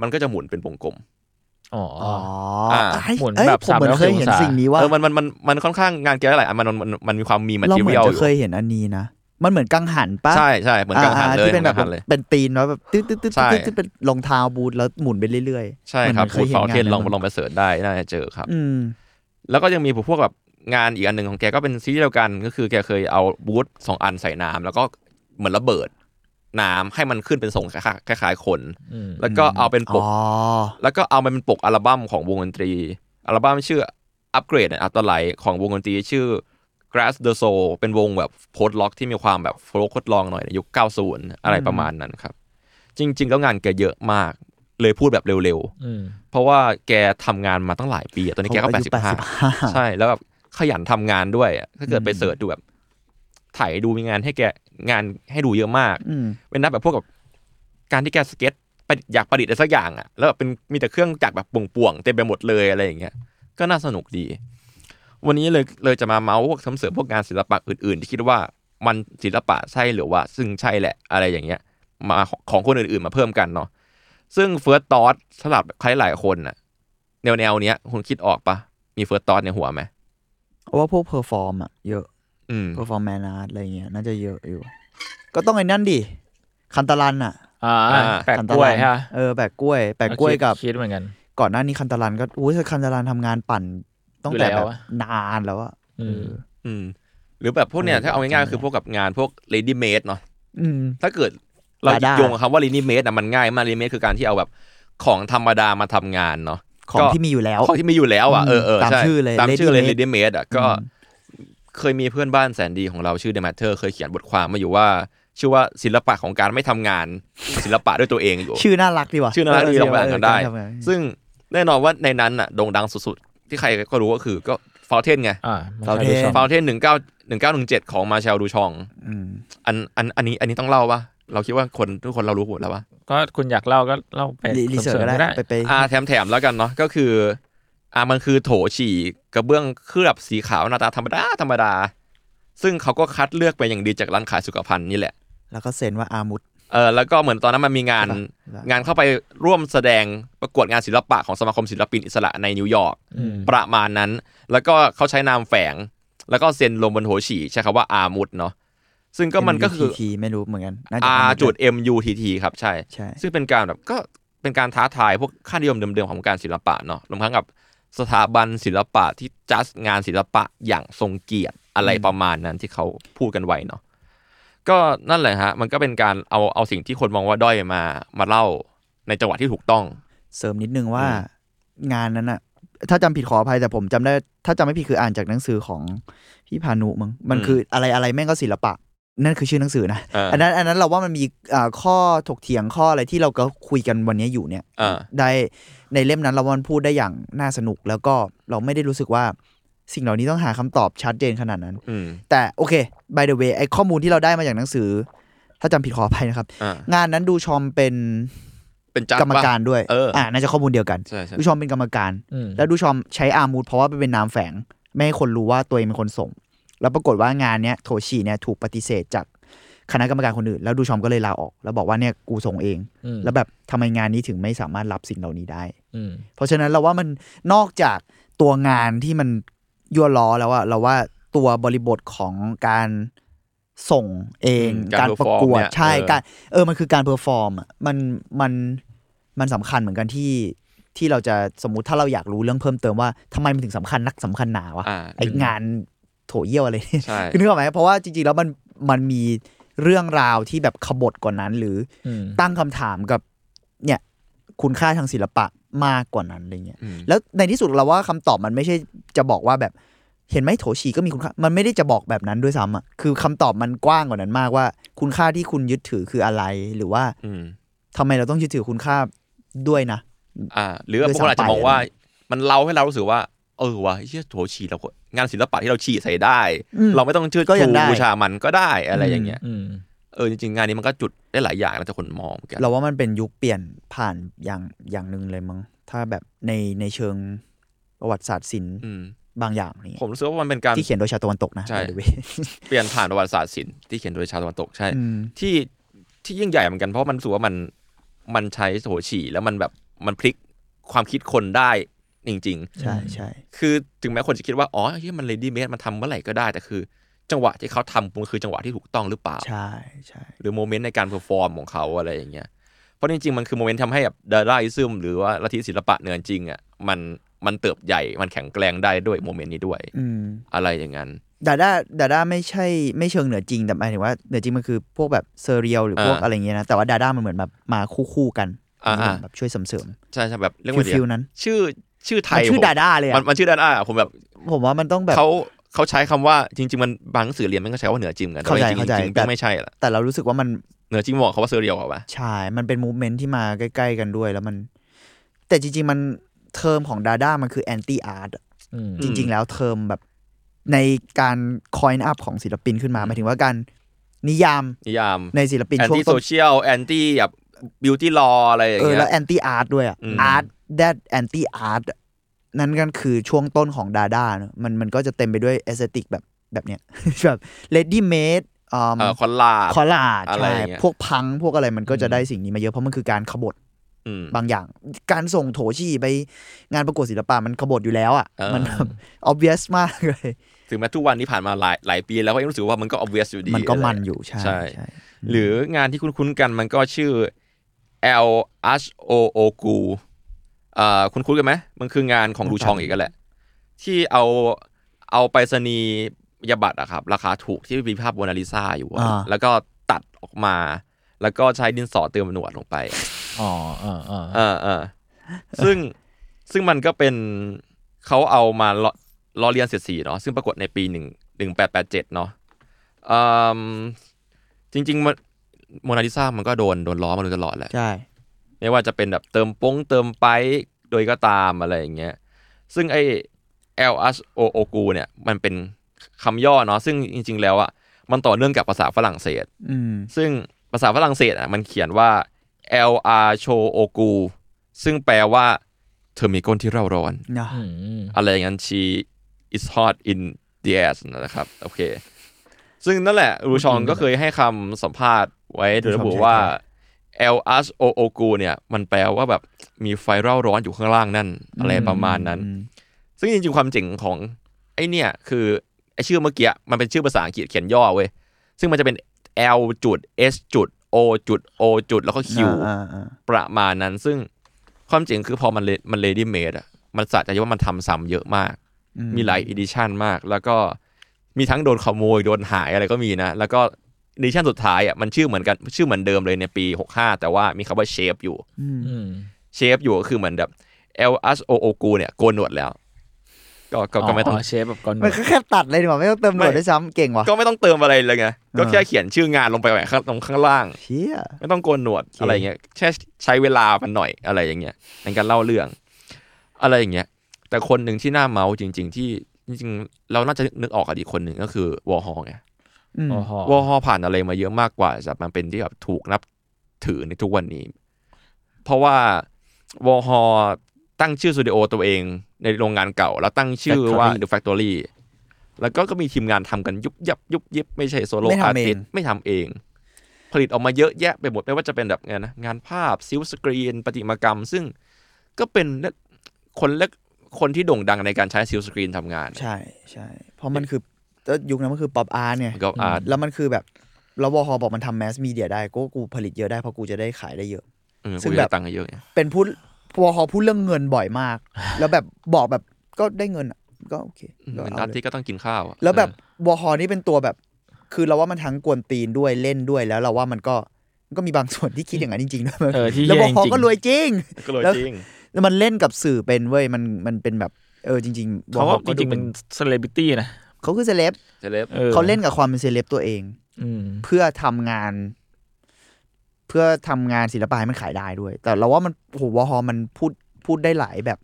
Speaker 3: มันก็จะหมุนเป็นวงกลม
Speaker 2: อ๋อ
Speaker 4: อ๋
Speaker 2: อ๋
Speaker 4: อ
Speaker 2: อ
Speaker 3: อ่า
Speaker 4: เอ้ย
Speaker 2: หมุน
Speaker 4: เอ้ย
Speaker 2: แบบ
Speaker 4: ผมเหมือนเคยเห็น
Speaker 2: 360องศา
Speaker 4: สิ่งนี้ว่า
Speaker 3: เออมันมันมันมันค่อนข้างงานแกหลายอันมันมันมันมีความมีมัน
Speaker 4: เรา
Speaker 3: ที
Speaker 4: เหมือ
Speaker 3: เรี
Speaker 4: น
Speaker 3: ยลอ
Speaker 4: จะ
Speaker 3: ยู่
Speaker 4: เคยเห็นอันนี้นะ มันเหมือนกังหันปะ
Speaker 3: ใช่ใช่เหมือนกังหันเลย
Speaker 4: ที่เป็นแบบ
Speaker 3: หมือกังหันเลย
Speaker 4: เป็นตีนแล้วแบบตึ๊ดตึ๊ดตึ๊ด
Speaker 3: ใช่
Speaker 4: ตึ๊ดตึ๊ดเป็นรองเท้าบูทแล้วหมุนไปเรื่อย
Speaker 3: ใช่ครับ
Speaker 4: เหมือนเค
Speaker 3: บูธ
Speaker 4: ยเห็น
Speaker 3: ฟาวเทน
Speaker 4: งาน
Speaker 3: ล
Speaker 4: นั้น
Speaker 3: องลองไปเสิร์ชได้น่าจะเจอครับ
Speaker 4: ๆ อืม
Speaker 3: แล้วก็ยังมีพวกแบบงานอีกอันหนึ่งของแกก็เป็นซีรีส์เดียวกัน ก็คือแกเคยเอาบูธสองอันใส่น้ำแล้วก็เหมือนระเบิดน้ำให้มันขึ้นเป็นทรงคล้ายๆคล้ายๆคน
Speaker 2: อืม
Speaker 3: แล้วก็เอาเป็นป
Speaker 4: อ๋
Speaker 3: ก
Speaker 4: อ
Speaker 3: แล้วก็เอามันเป็นปกอัลบั้มของวงดนตรี อัลบั้มชื่ออัปเกรดอัลตไลของวงดนตรีชื่อ Grass the Soul เป็นวงแบบโพสต์ล็อกที่มีความแบบโฟล์คทดลองหน่อยในยุค 90 อะไรประมาณนั้นครับ จริง ๆ แล้วงานแกเยอะมาก เลยพูดแบบเร็ว
Speaker 2: อืม
Speaker 3: ๆ เพราะว่าแกทำงานมาตั้งหลายปีอะตอนนี้แกก็
Speaker 4: โอ้อายุ
Speaker 3: 85
Speaker 4: 85
Speaker 3: ใช่แล้วแบบขยันทำงานด้วยอะถ้าเกิดไปเสิร์ชดูแบบถ่ายดูมีงานให้แกงานให้ดูเยอะมาก
Speaker 4: อืม
Speaker 3: เป็นนับแบบพวกกับการที่แกสเก็ตประดิษฐ์อยากประดิษฐ์อะไรสักอย่างอ่ะแล้วแบบเป็นมีแต่เครื่องจักรแบบป่วงๆเต็มไปหมดเลยอะไรอย่างเงี้ยก็น่าสนุกดี วันนี้เลยเลยจะมาเมาส์พวกคำเสริมพวกงานศิลปะอื่นๆ ที่คิดว่ามันศิลปะใช่หรือว่า ซึ่งใช่แหละอะไรอย่างเงี้ย มาของคนอื่นๆมาเพิ่มกันเนาะซึ่งเฟิร์สตอสสำหรับใครหลายคนน่ะแนวแนวๆเนี้ยคุณคิดออกปะมีเฟิร์สตอสในหัวไหม
Speaker 4: เพราะว่าพวกเพอร์ฟอร์มอะเยอะ
Speaker 3: อืม
Speaker 4: เพอร์ฟอร์แมนอาร์ตอะไรเงี้ย น่าจะเยอะอยู่ ก็ต้องไอ้นั่นดิ คันตาลันอะ
Speaker 2: อ่า
Speaker 3: อ่า
Speaker 2: แปลก
Speaker 4: คัน
Speaker 2: ก
Speaker 4: ตา
Speaker 2: ล้วย
Speaker 4: น
Speaker 2: ฮะ
Speaker 4: เออแบกกล้วย แบกกล้วยกับ
Speaker 2: คิดเหมือนกัน
Speaker 4: ก่อนหน้านี้คันตาลันก็อุ้ยคันตาลันทำงานปั่นตั้งแต่
Speaker 2: อยู่แล้
Speaker 4: แบ
Speaker 2: ว
Speaker 4: บ
Speaker 2: อะ
Speaker 4: นานแล้วอะ
Speaker 2: อืม
Speaker 3: อืมหรือแบบพวกเนี้ยถ้าเอาง่ายๆคือพวกกับงานพวก lady made เนาะ
Speaker 4: อืม
Speaker 3: ถ้าเกิดเราหยิบ
Speaker 4: Prada
Speaker 3: โยงคำว่าลินิเมตนะมันง่ายมากลินิเมตคือการที่เอาแบบของธรรมดามาทำงานเนาะ
Speaker 4: ของ
Speaker 3: ก็
Speaker 4: ที่มีอยู่แล้ว
Speaker 3: ของที่มีอยู่แล้วอ่ะเออเออ
Speaker 4: ตาม
Speaker 3: ใช่
Speaker 4: ชื่อเลย
Speaker 3: ตามชื่อเลย
Speaker 4: ready-made
Speaker 3: ลินิเมตอ่ะก็เคยมีเพื่อนบ้านแสนดีของเราชื่อเดม a เ t อร์เคยเขียนบทความมาอยู่ว่า ชื่อว่าศิลปะของการไม่ทำงาน ศิลปะด้วยตัวเองอยู่
Speaker 4: ชื่อน่ารักดีว่ะ
Speaker 3: ชื่อน่ารักดีลองไปอ่านกันได้
Speaker 4: เออการทำงาน
Speaker 3: ซึ่งแน่นอนว่าในนั้นอ่ะโด่งดังสุดๆ ที่ใครก็รู้ก็คือก็ฟาวเทนไง
Speaker 2: อ่า
Speaker 4: เราเท
Speaker 3: ฟาวเทนหนึ่งเก้าหนึ่งเก้าหนึ่งเจ็ดของมาเชลดูชอง
Speaker 4: อืม
Speaker 3: อันอันอันนี้อันนี้ต้องเล่าปะเราคิดว่าคนทุกคนเรารู้หมดแล้วปะ
Speaker 2: ก็คุณอยากเล่าก็เล่าไป
Speaker 4: รีรีเสิร์ช
Speaker 2: สม
Speaker 4: ก็
Speaker 2: ๆ
Speaker 4: ได้ไปไป
Speaker 3: อ่าแถมแถมแล้วกันเนาะก็คืออ่ามันคือโถฉี่กระเบื้องเคลือบสีขาวหน้าตาธรรมดาธรรมดา ซึ่งเขาก็คัดเลือกไปอย่างดีจากร้านขายสุขภัณฑ์นี่แหละ
Speaker 4: แล้วก็เซ็นว่าอามุด
Speaker 3: เออแล้วก็เหมือนตอนนั้นมันมีงาน
Speaker 4: ใช่ปะ
Speaker 3: งานเข้าไปร่วมแสดงประกวดงานศิลปะของสมาคมศิลปินอิสระในนิวยอร์ก
Speaker 2: อืม
Speaker 3: ประมาณนั้น แล้วก็เขาใช้นามแฝง แล้วก็เซ็นลงบนโถฉี่ใช้คำว่าอามุดเนาะซึ่งก็มันก็คือ
Speaker 4: MUTT ไม่รู้เหมือนกันน่า
Speaker 3: R
Speaker 4: จะอามุ
Speaker 3: จุด M U T T ครับใช่
Speaker 4: ใช่
Speaker 3: ซึ่งเป็นการแบบก็เป็นการท้าทายพวกค่านิยมเดิมๆของการศิลปะเนาะรวมทั้งกับสถาบันศิลปะที่จัดงานศิลปะอย่างทรงเกียรติอะไรประมาณนั้นที่เขาพูดกันไว้เนาะก็นั่นแหละฮะ มันก็เป็นการเอาเอาสิ่งที่คนมองว่าด้อยมามาเล่าในจังหวะที่ถูกต้อง
Speaker 4: เสริมนิดนึงว่างานนั้นอะถ้าจำผิดขออภัยแต่ผมจำได้ ถ้าจำไม่ผิดคืออ่านจากหนังสือของพี่พานุมั้งมัน
Speaker 3: อืม
Speaker 4: คืออะไรอะไรแม่งก็ศิลปะ นั่นคือชื่อหนังสือนะ
Speaker 3: เออ
Speaker 4: อันนั้นอันนั้นเราว่ามันมีอ่าข้อถกเถียงข้ออะไรที่เราก็คุยกันวันนี้อยู่เนี่ย
Speaker 3: เออ
Speaker 4: ได้ในเล่มนั้นเราว่ามันพูดได้อย่างน่าสนุก แล้วก็เราไม่ได้รู้สึกว่าสิ่งเหล่านี้ต้องหาคำตอบชัดเจนขนาดนั้น
Speaker 3: อืม
Speaker 4: แต่โอเค by the way ไอข้อมูลที่เราได้มาจากหนังสือ ถ้าจำผิดขออภัยนะครับ
Speaker 3: อ่าง
Speaker 4: านนั้นดูชอมเป็น
Speaker 3: เป็นจัด
Speaker 4: กรรม
Speaker 3: ปะ
Speaker 4: การด้วย
Speaker 3: เอออ่
Speaker 4: น่าจะข้อมูลเดียวกัน
Speaker 3: ใช่ใช่
Speaker 4: ดูชอมเป็นกรรมการ
Speaker 2: อืม
Speaker 4: แล้วดูชอมใช้อามูดเพราะว่าไปเป็นนามแฝง ไม่ให้คนรู้ว่าตัวเองเป็นคนส่ง แล้วปรากฏว่างานเนี้ยโทชีเนี่ยถูกปฏิเสธจากคณะกรรมการคนอื่น แล้วดูชอมก็เลยลาออก แล้วบอกว่าเนี่ยกูส่งเอง
Speaker 2: อืม
Speaker 4: แล้วแบบทำไมงานนี้ถึงไม่สามารถรับสิ่งเหล่านี้ได้
Speaker 2: อืม
Speaker 4: เพราะฉะนั้นเราว่ามันนอกจากตัวงานที่มันยั่วล้อแล้วอะเราว่าตัวบริบทของการส่งเอง
Speaker 3: อืมการ
Speaker 4: ประกว
Speaker 3: perform
Speaker 4: ด
Speaker 3: เนี่ย
Speaker 4: ใช่
Speaker 3: เออ
Speaker 4: การเออมันคือการเพอร์ฟอร์มอะมันมันมันสำคัญเหมือนกันที่ที่เราจะสมมุติถ้าเราอยากรู้เรื่องเพิ่มเติมว่าทำไมมันถึงสำคัญนักสำคัญหนาวะ
Speaker 3: อ่า
Speaker 4: ไองานโถเยี่ยวอะไรเนี่ย
Speaker 3: ใช่
Speaker 4: คือนึกออกไหมเพราะว่าจริงๆแล้วมันมันมีเรื่องราวที่แบบขบฏกว่านั้นหรือ
Speaker 2: อืม
Speaker 4: ตั้งคำถามกับเนี่ยคุณค่าทางศิลปะมากกว่านั้นอะไรเงี้ย
Speaker 3: อืม
Speaker 4: แล้วในที่สุดเราว่าคำตอบมันไม่ใช่จะบอกว่าแบบเห็นไหมโถฉี่ก็มีคุณค่ามันไม่ได้จะบอกแบบนั้นด้วยซ้ำอ่ะคือคำตอบมันกว้างกว่านั้นมากว่า คุณค่าที่คุณยึดถือคืออะไร หรือว่า
Speaker 3: อืม
Speaker 4: ทำไมเราต้องยึดถือคุณค่าด้วยนะ
Speaker 3: อ่าหรือว่า
Speaker 4: ด้วย
Speaker 3: พวกเราอาจ
Speaker 4: ซ้ำ
Speaker 3: จะ
Speaker 4: ไป
Speaker 3: มองว่า
Speaker 4: อะไร
Speaker 3: มันเล่าให้เรารู้สึกว่า เออวะเชี่ยโถฉี่เราก็งานศิลปะที่เราฉี่ใส่ได้
Speaker 4: อืม
Speaker 3: เราไม่ต้องเชื่อ
Speaker 4: ก็ยั
Speaker 3: ชู
Speaker 4: งได้
Speaker 3: บูชามันก็ได้อะไรอย่างเงี้ย
Speaker 2: อืม
Speaker 3: เออจริงๆงานนี้มันก็จุดได้หลายอย่างนะแต่คนมองเหมือนกัน
Speaker 4: เราว่ามันเป็นยุคเปลี่ยนผ่านอย่างอย่างหนึ่งเลยมั้งถ้าแบบในในเชิงประวัติศาสตร์ศิลป์
Speaker 3: อืม
Speaker 4: บางอย่างนี่
Speaker 3: ผมรู้สึกว่ามันเป็นการ
Speaker 4: ที่เขียนโดยชาวตะวันตกนะ
Speaker 3: ใช่
Speaker 4: by the way
Speaker 3: เปลี่ยนผ่านประวัติศาสตร์ศิลป์ที่เขียนโดยชาวตะวันตกใช่
Speaker 4: อืม
Speaker 3: ที่ที่ยิ่งใหญ่เหมือนกันเพราะมันรู้สึกว่ามันมันใช้โถฉี่แล้วมันแบบมันพลิกความคิดคนได้จริง ๆ
Speaker 4: ใช่ใช่
Speaker 3: คือถึงแม้คนจะคิดว่า อ๋อเฮ้ยมันเลดี้เมดมันทำเมื่อไหร่ก็ได้ แต่คือ จังหวะที่เขาทำมันคือจังหวะที่ถูกต้องหรือเปล่า
Speaker 4: ใช่ใช่
Speaker 3: หรือโมเมนต์ในการเพอร์ฟอร์มของเขาอะไรอย่างเงี้ย เพราะจริงๆ มันคือโมเมนต์ทำให้แบบดาราอิซึมหรือว่าลัทธิศิลปะเนือจริงอ่ะมันมันเติบใหญ่มันแข็งแกร่งได้ด้วยโมเมนต์นี้ด้วย
Speaker 4: อืม
Speaker 3: อะไรอย่างนั้น
Speaker 4: ดาด้าดาด้าไม่ใช่ไม่เชิงเหนือจริงแต่หมายถึงว่าเหนือจริงมันคือพวกแบบเซเรียลหรือพวก
Speaker 3: อ่า
Speaker 4: อะไรอย่างเงี้ยนะ แต่ว่าดาด้ามันเหมือนแบบมาคู่คู่ๆกัน
Speaker 3: อ่าอ่า
Speaker 4: แบบช่วยเสริมเสริม
Speaker 3: ใช่ใช่แบบเรื่อง
Speaker 4: ฟิ
Speaker 3: วั
Speaker 4: ล
Speaker 3: นเดีย
Speaker 4: ฟิล
Speaker 3: ว
Speaker 4: นั้น
Speaker 3: ชื่อชื่อไท
Speaker 4: มัน
Speaker 3: ย
Speaker 4: ชื่อ
Speaker 3: ผม
Speaker 4: ดาด้าเลย
Speaker 3: มัน
Speaker 4: อะ
Speaker 3: มันชื่อดาด้าผมแบบ
Speaker 4: ผมว่ามันต้องแบบ
Speaker 3: เขาเขาใช้คำว่าจริง ๆ มันบางหนังสือเรียนมันก็ใช้ว่าเหนือจริงกันแต่
Speaker 4: เข้าใจ
Speaker 3: ว่าจริง
Speaker 4: เข้าใจ
Speaker 3: ๆจริงๆ
Speaker 4: แต่
Speaker 3: ก็ไม่ใช่ละ
Speaker 4: แต่เรารู้สึกว่ามัน
Speaker 3: เหนือจริงบอกเขาว่าเซเรียลเหรอวะ
Speaker 4: ใช่มันเป็นมูฟเมนที่มาใกล้ ๆ กันด้วยแล้วมัน แต่จริง ๆ มันเทอมของดาด้ามันคือแอนตี้อาร์ต
Speaker 2: อืม
Speaker 4: จริง ๆ แล้วเทอมแบบในการคอยน์อัพของศิลปินขึ้นมาหมายถึงว่าการนิยาม
Speaker 3: นิยาม
Speaker 4: ในศิลปิน
Speaker 3: แอน
Speaker 4: ช่วง
Speaker 3: ตี้
Speaker 4: ต้
Speaker 3: โซ
Speaker 4: น
Speaker 3: เชียลแอนตี้แบบบิวตี้ลออะไรอย่าง
Speaker 4: เออ
Speaker 3: เงี้
Speaker 4: แล้ว
Speaker 3: ย
Speaker 4: แอนตี้อาร์ตด้วยอ่ะ
Speaker 3: อืม
Speaker 4: อาร์ต that แอนตี้อาร์ตนั่นก็คือช่วงต้นของดาด้าเนอะมันมันก็จะเต็มไปด้วยเอสเตติกแบบแบบเนี้ย *laughs* แบบเลดี้เมดอ่า
Speaker 3: เออคอนลา
Speaker 4: คอลาด
Speaker 3: อะไร
Speaker 4: ใช่
Speaker 3: อย่างเงี้ย
Speaker 4: พวกพังพวกอะไรมันก็จะได้สิ่งนี้มาเยอะเพราะมันคือการขบฏ
Speaker 3: อืม
Speaker 4: บางอย่าง การส่งโถชี่ไปงานประกวดศิลปะมันขบฏอยู่แล้วอ่ะ
Speaker 3: เออ
Speaker 4: มันแบบ obvious มากเลย
Speaker 3: ถึงแม้ทุกวันที่ผ่านมาหลายหลายปีแล้วก็ยังรู้สึกว่ามันก็ obvious อยู่ดี
Speaker 4: มันก็
Speaker 3: ะไร
Speaker 4: มันอยู่ใช่
Speaker 3: ใช่
Speaker 4: ใช่
Speaker 3: หรืองานที่คุ้นๆกันมันก็ชื่อ L H O O G U อ่าคุ้นๆกันไหมมันคืองานของดูชองอีกแล้วแหละ ที่เอาเอาไปรษณียบัตรอะครับ ราคาถูกที่มีภาพโมนาลิซาอยู่อะแล้วก็ตัดออกมา แล้วก็ใช้ดินสอเติมหนวดลงไป
Speaker 2: อ๋อเออเออ
Speaker 3: เออเออซึ่งซึ่งมันก็เป็นเขาเอามาล้อล้อเลียนเสียดสีเนาะซึ่งปรากฏในปีหนึ่งหนึ่งแปดแปดเจ็ดเนาะอืมจริงๆมัน โมนาลิซามันก็โดนโดนล้อมาโดยตลอดแหละ
Speaker 4: ใช่
Speaker 3: ไม่ว่าจะเป็นแบบเติมปงเติมไปโดยก็ตามอะไรอย่างเงี้ย ซึ่งไอ L S O O กูเนี่ย มันเป็นคำย่อเนาะ ซึ่งจริง ๆ แล้วอ่ะ มันต่อเนื่องกับภาษาฝรั่งเศส
Speaker 4: อืม
Speaker 3: ซึ่งภาษาฝรั่งเศสอ่ะ มันเขียนว่า L R C O O G U ซึ่งแปลว่าเธอมีก้นที่เร่าร้อน
Speaker 4: เนาะ
Speaker 2: อืม
Speaker 3: อะไรอย่างนั้น she is hot in the ass นะครับ โอเค ซึ่งนั่นแหละ รูชองก็เคยให้คำสัมภาษณ์ไว้โดยระบุว่า L S O O G U เนี่ย มันแปลว่าแบบมีไฟเร่าร้อนอยู่ข้างล่างนั่น อะไรประมาณนั้น
Speaker 4: อืม
Speaker 3: ซึ่งจริงๆ ความจริงของ ไอเนี่ย คือ ไอชื่อเมื่อกี้ มันเป็นชื่อภาษาอังกฤษเขียนย่อเว้ย ซึ่งมันจะเป็น L จุด S จุด O จุด O จุดแล้วก็ Q
Speaker 4: อ่าอ่าอ่า
Speaker 3: ประมาณนั้น ซึ่งความจริงคือพอมันเลมันเลดี้เมดอะมันสะใจว่ามันทำซ้ำเยอะมาก
Speaker 4: อื
Speaker 3: มีหลายอีดิชันมาก แล้วก็มีทั้งโดนขโมย โดนหายอะไรก็มีนะ แล้วก็อีดิชันสุดท้ายอ่ะมันชื่อเหมือนกันชื่อเหมือนเดิมเลยในปี 65 แต่ว่ามีคำว่าเชฟอยู่
Speaker 4: อืม
Speaker 2: อืม
Speaker 3: เชฟอยู่ก็คือเหมือนแบบ L S O O กูเนี่ยโกนหนวดแล้ว ก็ก็ก็ไม่ต้อง
Speaker 2: เชฟแบบก่อน
Speaker 4: มันก็แค่ตัดเลยดีกว่าไม่ต้องเติมหนวด
Speaker 3: ไม่
Speaker 4: ด้วยซ้ำเก่งว่ะ
Speaker 3: ก็ไม่ต้องเติมอะไรเลยไง ก็
Speaker 4: อ่า
Speaker 3: แค่เขียนชื่องานลงไปแบบข้างตรงข้างล่าง
Speaker 4: เชี่ย
Speaker 3: ไม่ต้องโกนหนวดอะไรอย่างเงี้ยแค่ใช้เวลามันหน่อยอะไรอย่างเงี้ยในการเล่าเรื่อง อะไรอย่างเงี้ย แต่คนหนึ่งที่น่าเมาจริง ๆ ที่จริงๆ เราน่าจะนึกออกอดีตคนหนึ่งก็คือวอฮอไง
Speaker 4: อืม
Speaker 2: โอ้โห
Speaker 3: วอลฮอลผ่านอะไรมาเยอะมากกว่าจะมันเป็นที่แบบถูกนับถือในทุกวันนี้ เพราะว่าวอลฮอลตั้งชื่อสตูดิโอตัวเองในโรงงานเก่า แล้วตั้งชื่อว่า The Factory แล้วก็ก็มีทีมงานทำกันยุบยับยุบยิบไม่ใช่โซโล่
Speaker 4: ไม่
Speaker 3: อา
Speaker 4: ทำ
Speaker 3: ร์
Speaker 4: เอ
Speaker 3: ติ
Speaker 4: ง
Speaker 3: สไม่ทำเอง ผลิตออกมาเยอะแยะไปหมดไม่ว่าจะเป็นแบบไงนะงานภาพซิลสกรีนประติมากรรม ซึ่งก็เป็นคนเล็กคนที่โด่งดังในการใช้ซิลสกรีนทำงาน
Speaker 4: ใช่ใช่เพราะมันคือก็ยุคนั้นมันคือป๊อปอาร์ไง
Speaker 3: ก็อาร์ต
Speaker 4: แล้วมันคือแบบแล้ววอฮอบอกมันทำแมสมีเดียได้ก็กูผลิตเยอะได้เพราะกูจะได้ขายได้เยอะ
Speaker 3: เออ
Speaker 4: ซึ่
Speaker 3: กู
Speaker 4: ง
Speaker 3: จะ
Speaker 4: แบบ
Speaker 3: ได้ตังค์เยอะไง
Speaker 4: เป็นพูดวอฮอพูดเรื่องเงินบ่อยมาก แล้วแบบบอกแบบก็ได้เงินอะก็โอเค
Speaker 3: เห
Speaker 4: ก็
Speaker 3: มือนอา
Speaker 4: เอา
Speaker 3: ร์
Speaker 4: เล
Speaker 3: ติ
Speaker 4: ย
Speaker 3: สก็ต้องกินข้าวอะ
Speaker 4: แล้วแบบ
Speaker 3: เออ
Speaker 4: วอฮอนี่เป็นตัวแบบ คือเราว่ามันทั้งกวนตีนด้วยเล่นด้วยแล้วเราว่ามันก็มันก็มีบางส่วนที่คิดอย่างนั้นจริงๆด้วย
Speaker 2: เออที่
Speaker 4: แล้ว
Speaker 2: แย่
Speaker 4: ว
Speaker 2: จ
Speaker 4: อฮอ
Speaker 2: ริง
Speaker 4: ก็รวยจริง
Speaker 3: ก็เลย
Speaker 4: แล้ว
Speaker 3: จริง
Speaker 4: แล้วมันเล่นกับสื่อเป็นเว้ยมันมันเป็นแบบเออจริงๆ
Speaker 2: เขา
Speaker 4: วอฮ
Speaker 2: ว่า
Speaker 4: อ
Speaker 2: จริงๆ
Speaker 4: ดู
Speaker 2: เป็นเซเลบริตี้นะ
Speaker 4: เขาคือเซเลบ
Speaker 3: เซเลบ
Speaker 2: ออ
Speaker 4: เขาเล่นกับความเป็นเซเลบตัวเอง
Speaker 2: อืม
Speaker 4: เพื่อทำงาน เพื่อทำงานศิลปะให้มันขายได้ด้วย แต่เราว่ามันโอ้โหวอฮอมันพูดพูดได้หลายแบบ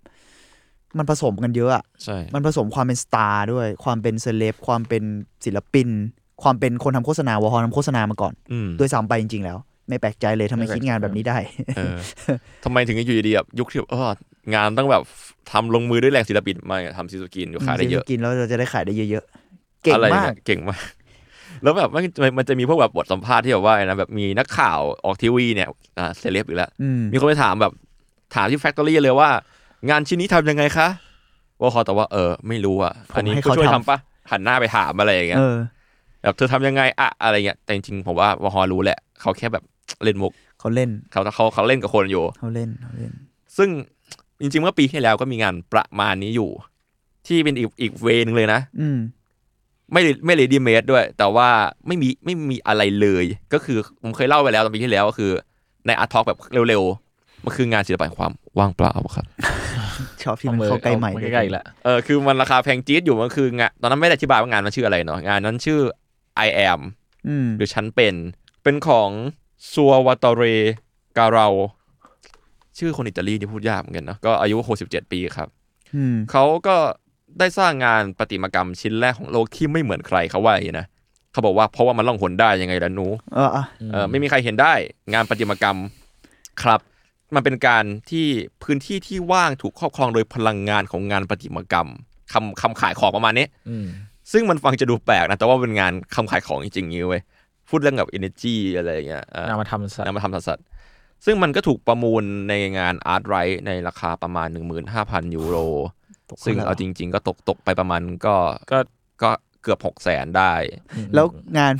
Speaker 4: มันผสมกันเยอะอะ
Speaker 3: ใช่
Speaker 4: มันผสมความเป็นสตาร์ด้วย ความเป็นเซเลบความเป็นศิลปิน ความเป็นคนทำโฆษณาวอฮอทำโฆษณามาก่อน
Speaker 3: อืม
Speaker 4: ด้วยซ้ำไปจริง ๆ แล้ว ไม่แปลกใจเลยทำไม
Speaker 2: ไม่แปลก
Speaker 4: คิดงานแบบนี้ได้
Speaker 3: เออทำไมถึงอยู่ดีๆแบบยุคที่แบบเอองานต้องแบบทำลงมือด้วยแรงศิลปินมาทำซีซูกินอยู่ขายได้เยอะ
Speaker 4: กินแล้วเราจะได้ขายได้เยอะๆเก่ง
Speaker 3: อะไร
Speaker 4: มาก
Speaker 3: นี่ยเก่งมาก *laughs* แล้วแบบมันมันจะมีพวกแบบบทสัมภาษณ์ที่แบบว่าไอ้นะแบบมีนักข่าวออกทีวีเนี่ยอ่าเซเลบอีกแล้ว
Speaker 4: อืม
Speaker 3: มีคนไปถามแบบถามที่แฟคทอรี่เลยว่า งานชิ้นนี้ทำยังไงคะวอลคอแต่ว่าเออไม่รู้อ่ะอันนี้ผู้ช่วยทำปะหันหน้าไปถามอะไรอย่างเงี้ย
Speaker 4: เออ
Speaker 3: แบบเธอทำยังไงอะอะไรเงี้ยแต่จริงๆผมว่าวอลคอรู้แหละเขาแค่แบบเล่นมุก
Speaker 4: เขาเล่น
Speaker 3: เขาเขาเขาเล่นกับคนอยู่
Speaker 4: เขาเล่นเขาเล่น
Speaker 3: ซึ่งจริงๆ เมื่อปีที่แล้วก็มีงานประมาณนี้อยู่ ที่เป็นอีกอีกเวนึงเลยนะ
Speaker 4: อืม
Speaker 3: ไม่ไม่เลดี้เมดด้วย แต่ว่าไม่มีไม่มีอะไรเลย ก็คือผมเคยเล่าไปแล้วตอนปีที่แล้วก็คือ ในอาร์ทอกแบบเร็วๆ มันคืองานศิลปะแห่งความว่างเปล่าครับ
Speaker 4: ชอบที่มันเข้าใกล้ใหม่
Speaker 2: เอาอใกล้ๆอีกละ
Speaker 3: เออคือมันราคาแพงจี๊ดอยู่มันคืองานตอนนั้นไม่ได้อธิบายว่างานมันชื่ออะไรเนาะงานนั้นชื่อ I am
Speaker 4: อืม
Speaker 3: หรือฉันเป็นเป็นของซัววาตเรการาชื่อคนอิตาลีนี่พูดยากเหมือนกันเนอะก็อายุ67ปีครับ
Speaker 4: อืม
Speaker 3: เขาก็ได้สร้างงานประติมากรรมชิ้นแรกของโลกที่ไม่เหมือนใครเขาว่าอย่างนี้นะเขาบอกว่าเพราะว่ามันล่องหนได้ยังไงล่ะหนู
Speaker 4: เอออ่ะ
Speaker 3: เออไม่มีใครเห็นได้งานประติมากรรมครับ มันเป็นการที่พื้นที่ที่ว่างถูกครอบครองโดยพลังงานของงานประติมากรรมคำคำขายของประมาณนี้
Speaker 2: อืม
Speaker 3: ซึ่งมันฟังจะดูแปลกนะ แต่ว่าเป็นงานคำขายของจริงๆนี้เว้ยพูดเรื่องแบบ energy อะไรอย่างเงี้ยเออ
Speaker 2: นำมาทำสัตว์
Speaker 3: นำมาทำสัตว์สัตว์ ซึ่งมันก็ถูกประมูลในงานอาร์ตไรท์ในราคาประมาณ 15,000 ยูโร ซึ่งเอาจริง ๆ ก็ตกตกไปประมาณก็
Speaker 2: ก็
Speaker 3: ก็เกือบ 6 0 0แสนได้
Speaker 4: แล้วงาน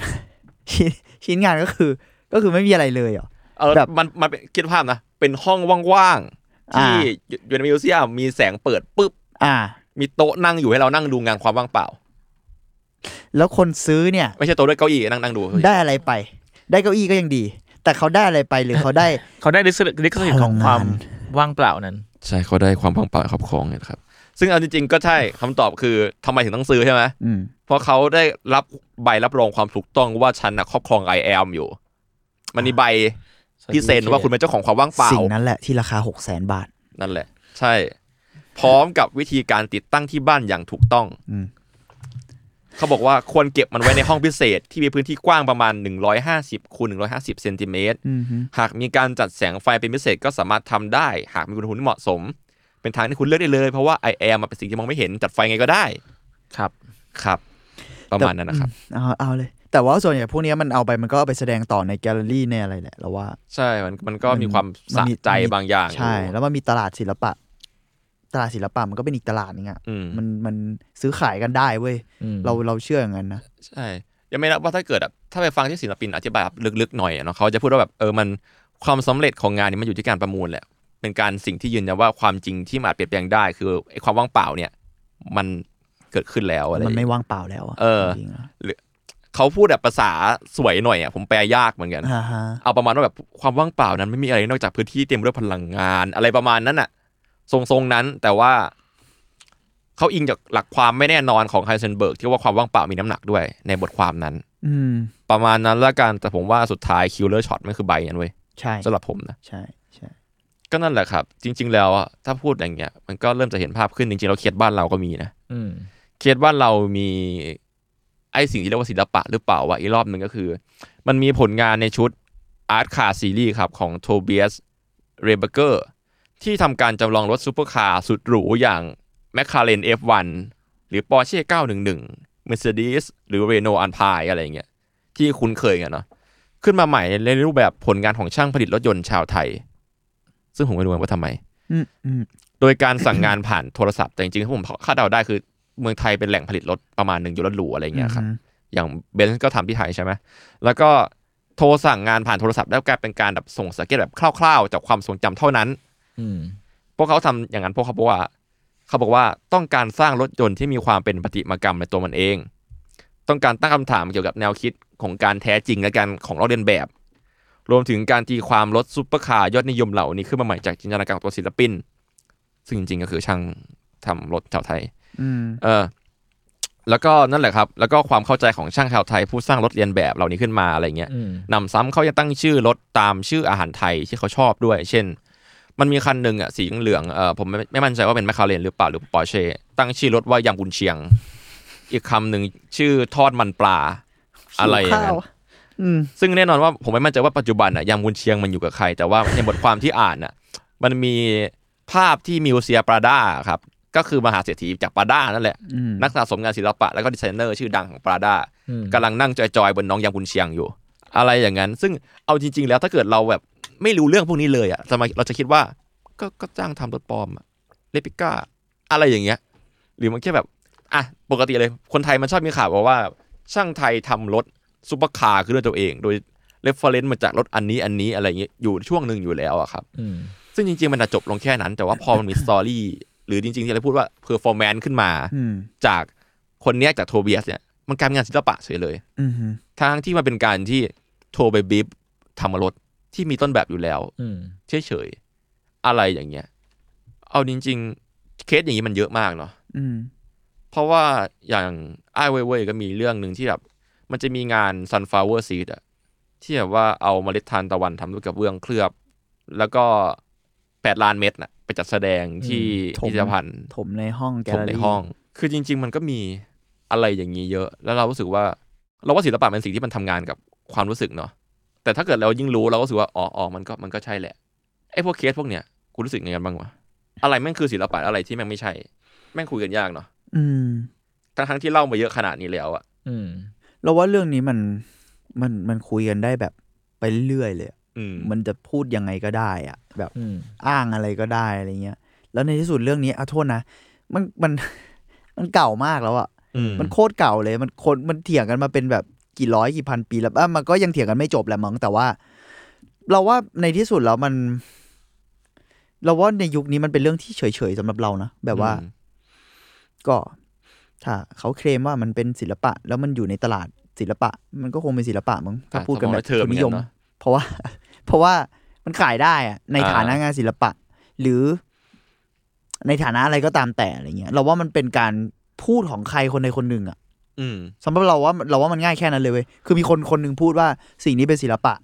Speaker 4: *laughs* ชิ้นชิ้นงานก็คือ ก็คือไม่มีอะไรเลยเหรอ
Speaker 3: เออ
Speaker 4: แบบ
Speaker 3: มันมันเป็นคิดภาพนะ เป็นห้องว่างๆ
Speaker 4: อ่า
Speaker 3: ที่อยู่ในมิวเซียมมีแสงเปิดปุ๊บ
Speaker 4: อ่า
Speaker 3: มีโต๊ะนั่งอยู่ให้เรานั่งดูงานความว่างเปล่า
Speaker 4: แล้วคนซื้อเนี่ย
Speaker 3: ไม่ใช่โต๊ะด้วยเก้าอี้นั่งนั่งดูเก้าอี้
Speaker 4: ได้อะไรไป ได้เก้าอี้ก็ยังดี แต่เขาได้อะไรไป
Speaker 3: *laughs*
Speaker 4: หรือเขาได้
Speaker 2: เขาได้ลิขสิทธิ์ลิขสิทธิ์ของ
Speaker 4: พลังงาน
Speaker 2: ความว่างเปล่านั้น
Speaker 3: ใช่เขาได้ความว่างเปล่าครับของเนี่ยนะครับ ซึ่งเอาจริงๆ ก็ใช่คำตอบคือทำไมถึงต้องซื้อใช่ไหม
Speaker 4: อืม
Speaker 3: เพราะเขาได้รับใบรับรองความถูกต้องว่าฉันนะครอบครองไอแอมอยู่ มันมีใบที่เซ็นว่าคุณเป็นเจ้าของความว่างเปล่า
Speaker 4: สิ่งนั้นแหละที่ราคาหกแสนบาท
Speaker 3: นั่นแหละ ใช่ พร้อมกับวิธีการติดตั้งที่บ้านอย่างถูกต้อง
Speaker 4: อืม
Speaker 3: เขาบอกว่าควรเก็บมันไว้ในห้องพิเศษ ที่มีพื้นที่กว้างประมาณ 150คูณ150เซนติเมตร
Speaker 4: อืมฮึ
Speaker 3: หากมีการจัดแสงไฟเป็นพิเศษก็สามารถทำได้ หากมีอุณหภูมิที่เหมาะสม เป็นทางที่คุณเลือกได้เลย เพราะว่าไอแอร์มันเป็นสิ่งที่มองไม่เห็นจัดไฟไงก็ได้
Speaker 2: ครับ
Speaker 3: ครับ ประมาณนั้นนะครับ
Speaker 4: เอาเอาเลย แต่ว่าส่วนใหญ่พวกเนี้ยมันเอาไปมันก็เอาไปแสดงต่อในแกลเลอรี่ในอะไรแหละเราว่า
Speaker 3: ใช่มันมันก็มีความ
Speaker 4: มัน
Speaker 3: สะ
Speaker 4: มี
Speaker 3: ใจ
Speaker 4: มันมี
Speaker 3: บางอย่าง
Speaker 4: ใช่ แล้วมันมีตลาดศิลปะ ตลาดศิลปะมันก็เป็นอีกตลาดนึงอะ
Speaker 3: อืม
Speaker 4: มันมันซื้อขายกันได้เว้ย
Speaker 2: อืม
Speaker 4: เราเราเชื่ออย่างนั้นนะ
Speaker 3: ใช่ยังไม่นับว่าถ้าเกิดแบบถ้าไปฟังที่ศิลปินอธิบายแบบลึกๆหน่อยอะเนาะเขาจะพูดว่าแบบเออมันความสำเร็จของงานนี้มันอยู่ที่การประมูลแหละ เป็นการสิ่งที่ยืนยันว่าความจริงที่มันอาจเปลี่ยนแปลงได้ คือไอ้ความว่างเปล่าเนี่ย มันเกิดขึ้นแล้วอะไร
Speaker 4: มันไม่ว่างเปล่าแล้วอะ
Speaker 3: เออ
Speaker 4: จริงๆอะ
Speaker 3: เขาพูดแบบภาษาสวยหน่อยอ่ะผมแปลยากเหมือนกัน
Speaker 4: อ่าฮะ
Speaker 3: เอาประมาณว่าแบบความว่างเปล่านั้นไม่มีอะไรนอกจากพื้นที่เต็มไปด้วยพลังงาน อะไรประมาณนั้นอะทรงๆนั้นแต่ว่าเขาอิงจากหลักความไม่แน่นอนของไฮเซนเบิร์กที่ว่าความว่างเปล่ามีน้ำหนักด้วย ในบทความนั้น
Speaker 4: อืม
Speaker 3: ประมาณนั้นละกันแต่ผมว่าสุดท้ายคิลเลอร์ช็อตมันคือใบนั้นเว้ย
Speaker 4: ใช่
Speaker 3: สำหรับผมนะ
Speaker 4: ใช่ใช่
Speaker 3: ก็นั่นแหละครับ จริง ๆ แล้วอะถ้าพูดอย่างเงี้ย มันก็เริ่มจะเห็นภาพขึ้นจริงๆเราเขียนบ้านเราก็มีนะ
Speaker 2: อืม
Speaker 3: เขียนบ้านเรามีไอสิ่งที่เรียกว่าศิลปะหรือเปล่าวะอีกรอบหนึ่งก็คือ มันมีผลงานในชุดอาร์ตคาร์ซีรีส์ครับ ของโทเบียสเรเบเกอร์ที่ทำการจำลองรถซูเปอร์คาร์สุดหรูอย่าง m c l a r e n F1 หรือ Porsche 911 Mercedes หรือ Renault Alpine อะไรอย่างเงี้ยที่คุ้นเคยกันเนาะ ขึ้นมาใหม่ในรูปแบบผลงานของช่างผลิตรถยนต์ชาวไทย ซึ่งผมไม่รู้ว่าทำไม
Speaker 4: อืมอืม
Speaker 3: โดยการสั่งงานผ่านโทรศัพท์แต่จริงๆถ้าผมคาดเดาได้คือเมืองไทยเป็นแหล่งผลิตรถประมาณหนึ่งอยู่รถหรูอะไรอย่างเงี้ยครับ
Speaker 4: อืม
Speaker 3: อย่างเบนซ์ก็ทำที่ไทยใช่ไหม แล้วก็โทรสั่งงานผ่านโทรศัพท์แล้วกลายเป็นการแบบส่งสเก็ตแบบคร่าวๆ จากความทรงจำเท่านั้น
Speaker 2: อืม
Speaker 3: พวกเขาทำอย่างนั้นพวกเขาบอกว่า เขาบอกว่าต้องการสร้างรถยนต์ที่มีความเป็นปฏิมากรรมในตัวมันเอง ต้องการตั้งคำถามเกี่ยวกับแนวคิดของการแท้จริงและการของเราเรียนแบบ รวมถึงการตีความรถซูเปอร์คาร์ยอดนิยมเหล่านี้ขึ้นมาใหม่จากจินตนาการของตัวศิลปิน ซึ่งจริงๆก็คือช่างทำรถชาวไทย
Speaker 4: อืม
Speaker 3: เออ แล้วก็นั่นแหละครับ แล้วก็ความเข้าใจของช่างชาวไทยผู้สร้างรถเรียนแบบเหล่านี้ขึ้นมาอะไรเงี้ย
Speaker 2: อืม
Speaker 3: นำซ้ำเขายังตั้งชื่อรถตามชื่ออาหารไทยที่เขาชอบด้วย เช่น มันมีคันหนึ่งอ่ะสีเหลืองๆเออผมไม่ไม่มั่นใจว่าเป็นแมคคาเรนหรือเปล่าหรือปอร์เช่ตั้งชื่อรถว่ายำกุนเชียง อีกคำหนึ่งชื่อทอดมันปลา อะไรอย่างนั้น
Speaker 4: หิวข้วอืม
Speaker 3: ซึ่งแน่นอนว่าผมไม่มั่นใจว่าปัจจุบันอ่ะยำกุนเชียงมันอยู่กับใคร แต่ว่าในบทความที่อ่านอ่ะมันมีภาพที่มิวเซียปราด้าครับ ก็คือมหาเศรษฐีจากปราด้านั่นแหละ
Speaker 4: อืม
Speaker 3: นักสะสมงานศิลปะแล้วก็ดีไซเนอร์ชื่อดังของปราด้า
Speaker 2: อืม
Speaker 3: กำลังนั่งจอยๆบนน้องยางกุนเชียงอยู่ อะไรอย่างนั้น ซึ่งเอาจริง ๆ แล้วถ้าเกิดเราแบบไม่รู้เรื่องพวกนี้เลยอ่ะทำไมเราจะคิดว่า ก็ก็จ้างทำรถปลอมอะเลปิก้า อะไรอย่างเงี้ย หรือมันแค่แบบ อ่ะ ปกติเลย คนไทยมันชอบมีข่าวบอกว่า ช่างไทยทำรถซุปเปอร์คาร์ขึ้นด้วยตัวเอง โดยเรฟเฟอเรนซ์มาจากรถอันนี้อันนี้อะไรอย่างเงี้ยอยู่ช่วงหนึ่งอยู่แล้วอะครับ
Speaker 2: อืม
Speaker 3: ซึ่งจริงๆมันจะจบลงแค่นั้น แต่ว่าพอมันมีสตอรี่หรือจริงๆที่เราพูดว่าเพอร์ฟอร์แมนซ์ขึ้นมา
Speaker 4: อืม
Speaker 3: จากคนเนี้ยจากโทเบียสเนี่ยมันกลายเป็นงานศิลปะเฉยเลย
Speaker 4: อืม
Speaker 3: ทางที่มันเป็นการที่โทรไปบีบทำรถที่มีต้นแบบอยู่แล้ว
Speaker 2: อืม
Speaker 3: เฉยๆอะไรอย่างเงี้ย เอาจริงๆ เคสอย่างนี้มันเยอะมากเนาะ
Speaker 4: อืม
Speaker 3: เพราะว่าอย่างไอ้ายเว่ยเว่ยก็มีเรื่องหนึ่งที่แบบมันจะมีงาน sunflower seed อะที่แบบว่าเอาเมล็ดทานตะวันทำด้วยกับเบื้องเคลือบ แล้วก็แปดล้านเม็ดน่ะไปจัดแสดงที่พิพิธภัณฑ์
Speaker 4: ถมในห้องแกล
Speaker 3: ถม
Speaker 4: เลอ
Speaker 3: ใน
Speaker 4: รี่
Speaker 3: ห้อง คือจริง ๆ มันก็มีอะไรอย่างนี้เยอะ แล้วเรารู้สึกว่า เราว่าศิลปะเป็นสิ่งที่มันทำงานกับความรู้สึกเนาะ แต่ถ้าเกิดเรายิ่งรู้เราก็รู้สึกว่า อ๋ออ๋อมันก็มันก็ใช่แหละ ไอ้พวกเคสพวกเนี้ยกูรู้สึกยังไงกันบ้างวะ อะไรแม่งคือศิลปะอะไรที่แม่งไม่ใช่ แม่งคุยกันยากเนาะ
Speaker 4: อืม
Speaker 3: ทั้งทั้งๆที่เล่ามาเยอะขนาดนี้แล้วอะ
Speaker 2: อืม
Speaker 4: เราว่าเรื่องนี้มันมันมันคุยกันได้แบบไปเรื่อยๆเลยอะ
Speaker 3: อืม
Speaker 4: มันจะพูดยังไงก็ได้อะแบบ
Speaker 2: อืม
Speaker 4: อ้างอะไรก็ได้อะไรเงี้ย แล้วในที่สุดเรื่องนี้อาโทษนะ มันมัน *laughs* มันเก่ามากแล้วอะ
Speaker 3: อืม
Speaker 4: มันโคตรเก่าเลย มันคนมันเถียงกันมาเป็นแบบกี่ร้อยกี่พันปีแล้วอ่ะมันก็ยังเถียงกันไม่จบแหละมั้งแต่ว่า เราว่าในที่สุดแล้วมัน เราว่าในยุคนี้มันเป็นเรื่องที่เฉยๆสำหรับเรานะแบบว่า ก็ถ้าเขาเคลมว่ามันเป็นศิลปะ แล้วมันอยู่ในตลาดศิลปะ มันก็คงเป็นศิลปะมั้งถ้า
Speaker 3: อ่ะ
Speaker 4: พูดกันแบบ
Speaker 3: ถ้ามองในเทอม
Speaker 4: ทุนนิยม
Speaker 3: อย่างนั้นเนอะ
Speaker 4: เพราะว่า *laughs* เพราะว่ามันขายได้อะใน
Speaker 3: อ่า
Speaker 4: ฐานะงานศิลปะ หรือ ในฐานะอะไรก็ตามแต่อะไรเงี้ย เราว่ามันเป็นการพูดของใครคนใดคนหนึ่งอะ
Speaker 3: อืม
Speaker 4: สำหรับเราว่าเราว่ามันง่ายแค่นั้นเลยเว้ยคือมีคนคนหนึ่งพูดว่าสิ่งนี้เป็นศิลปะ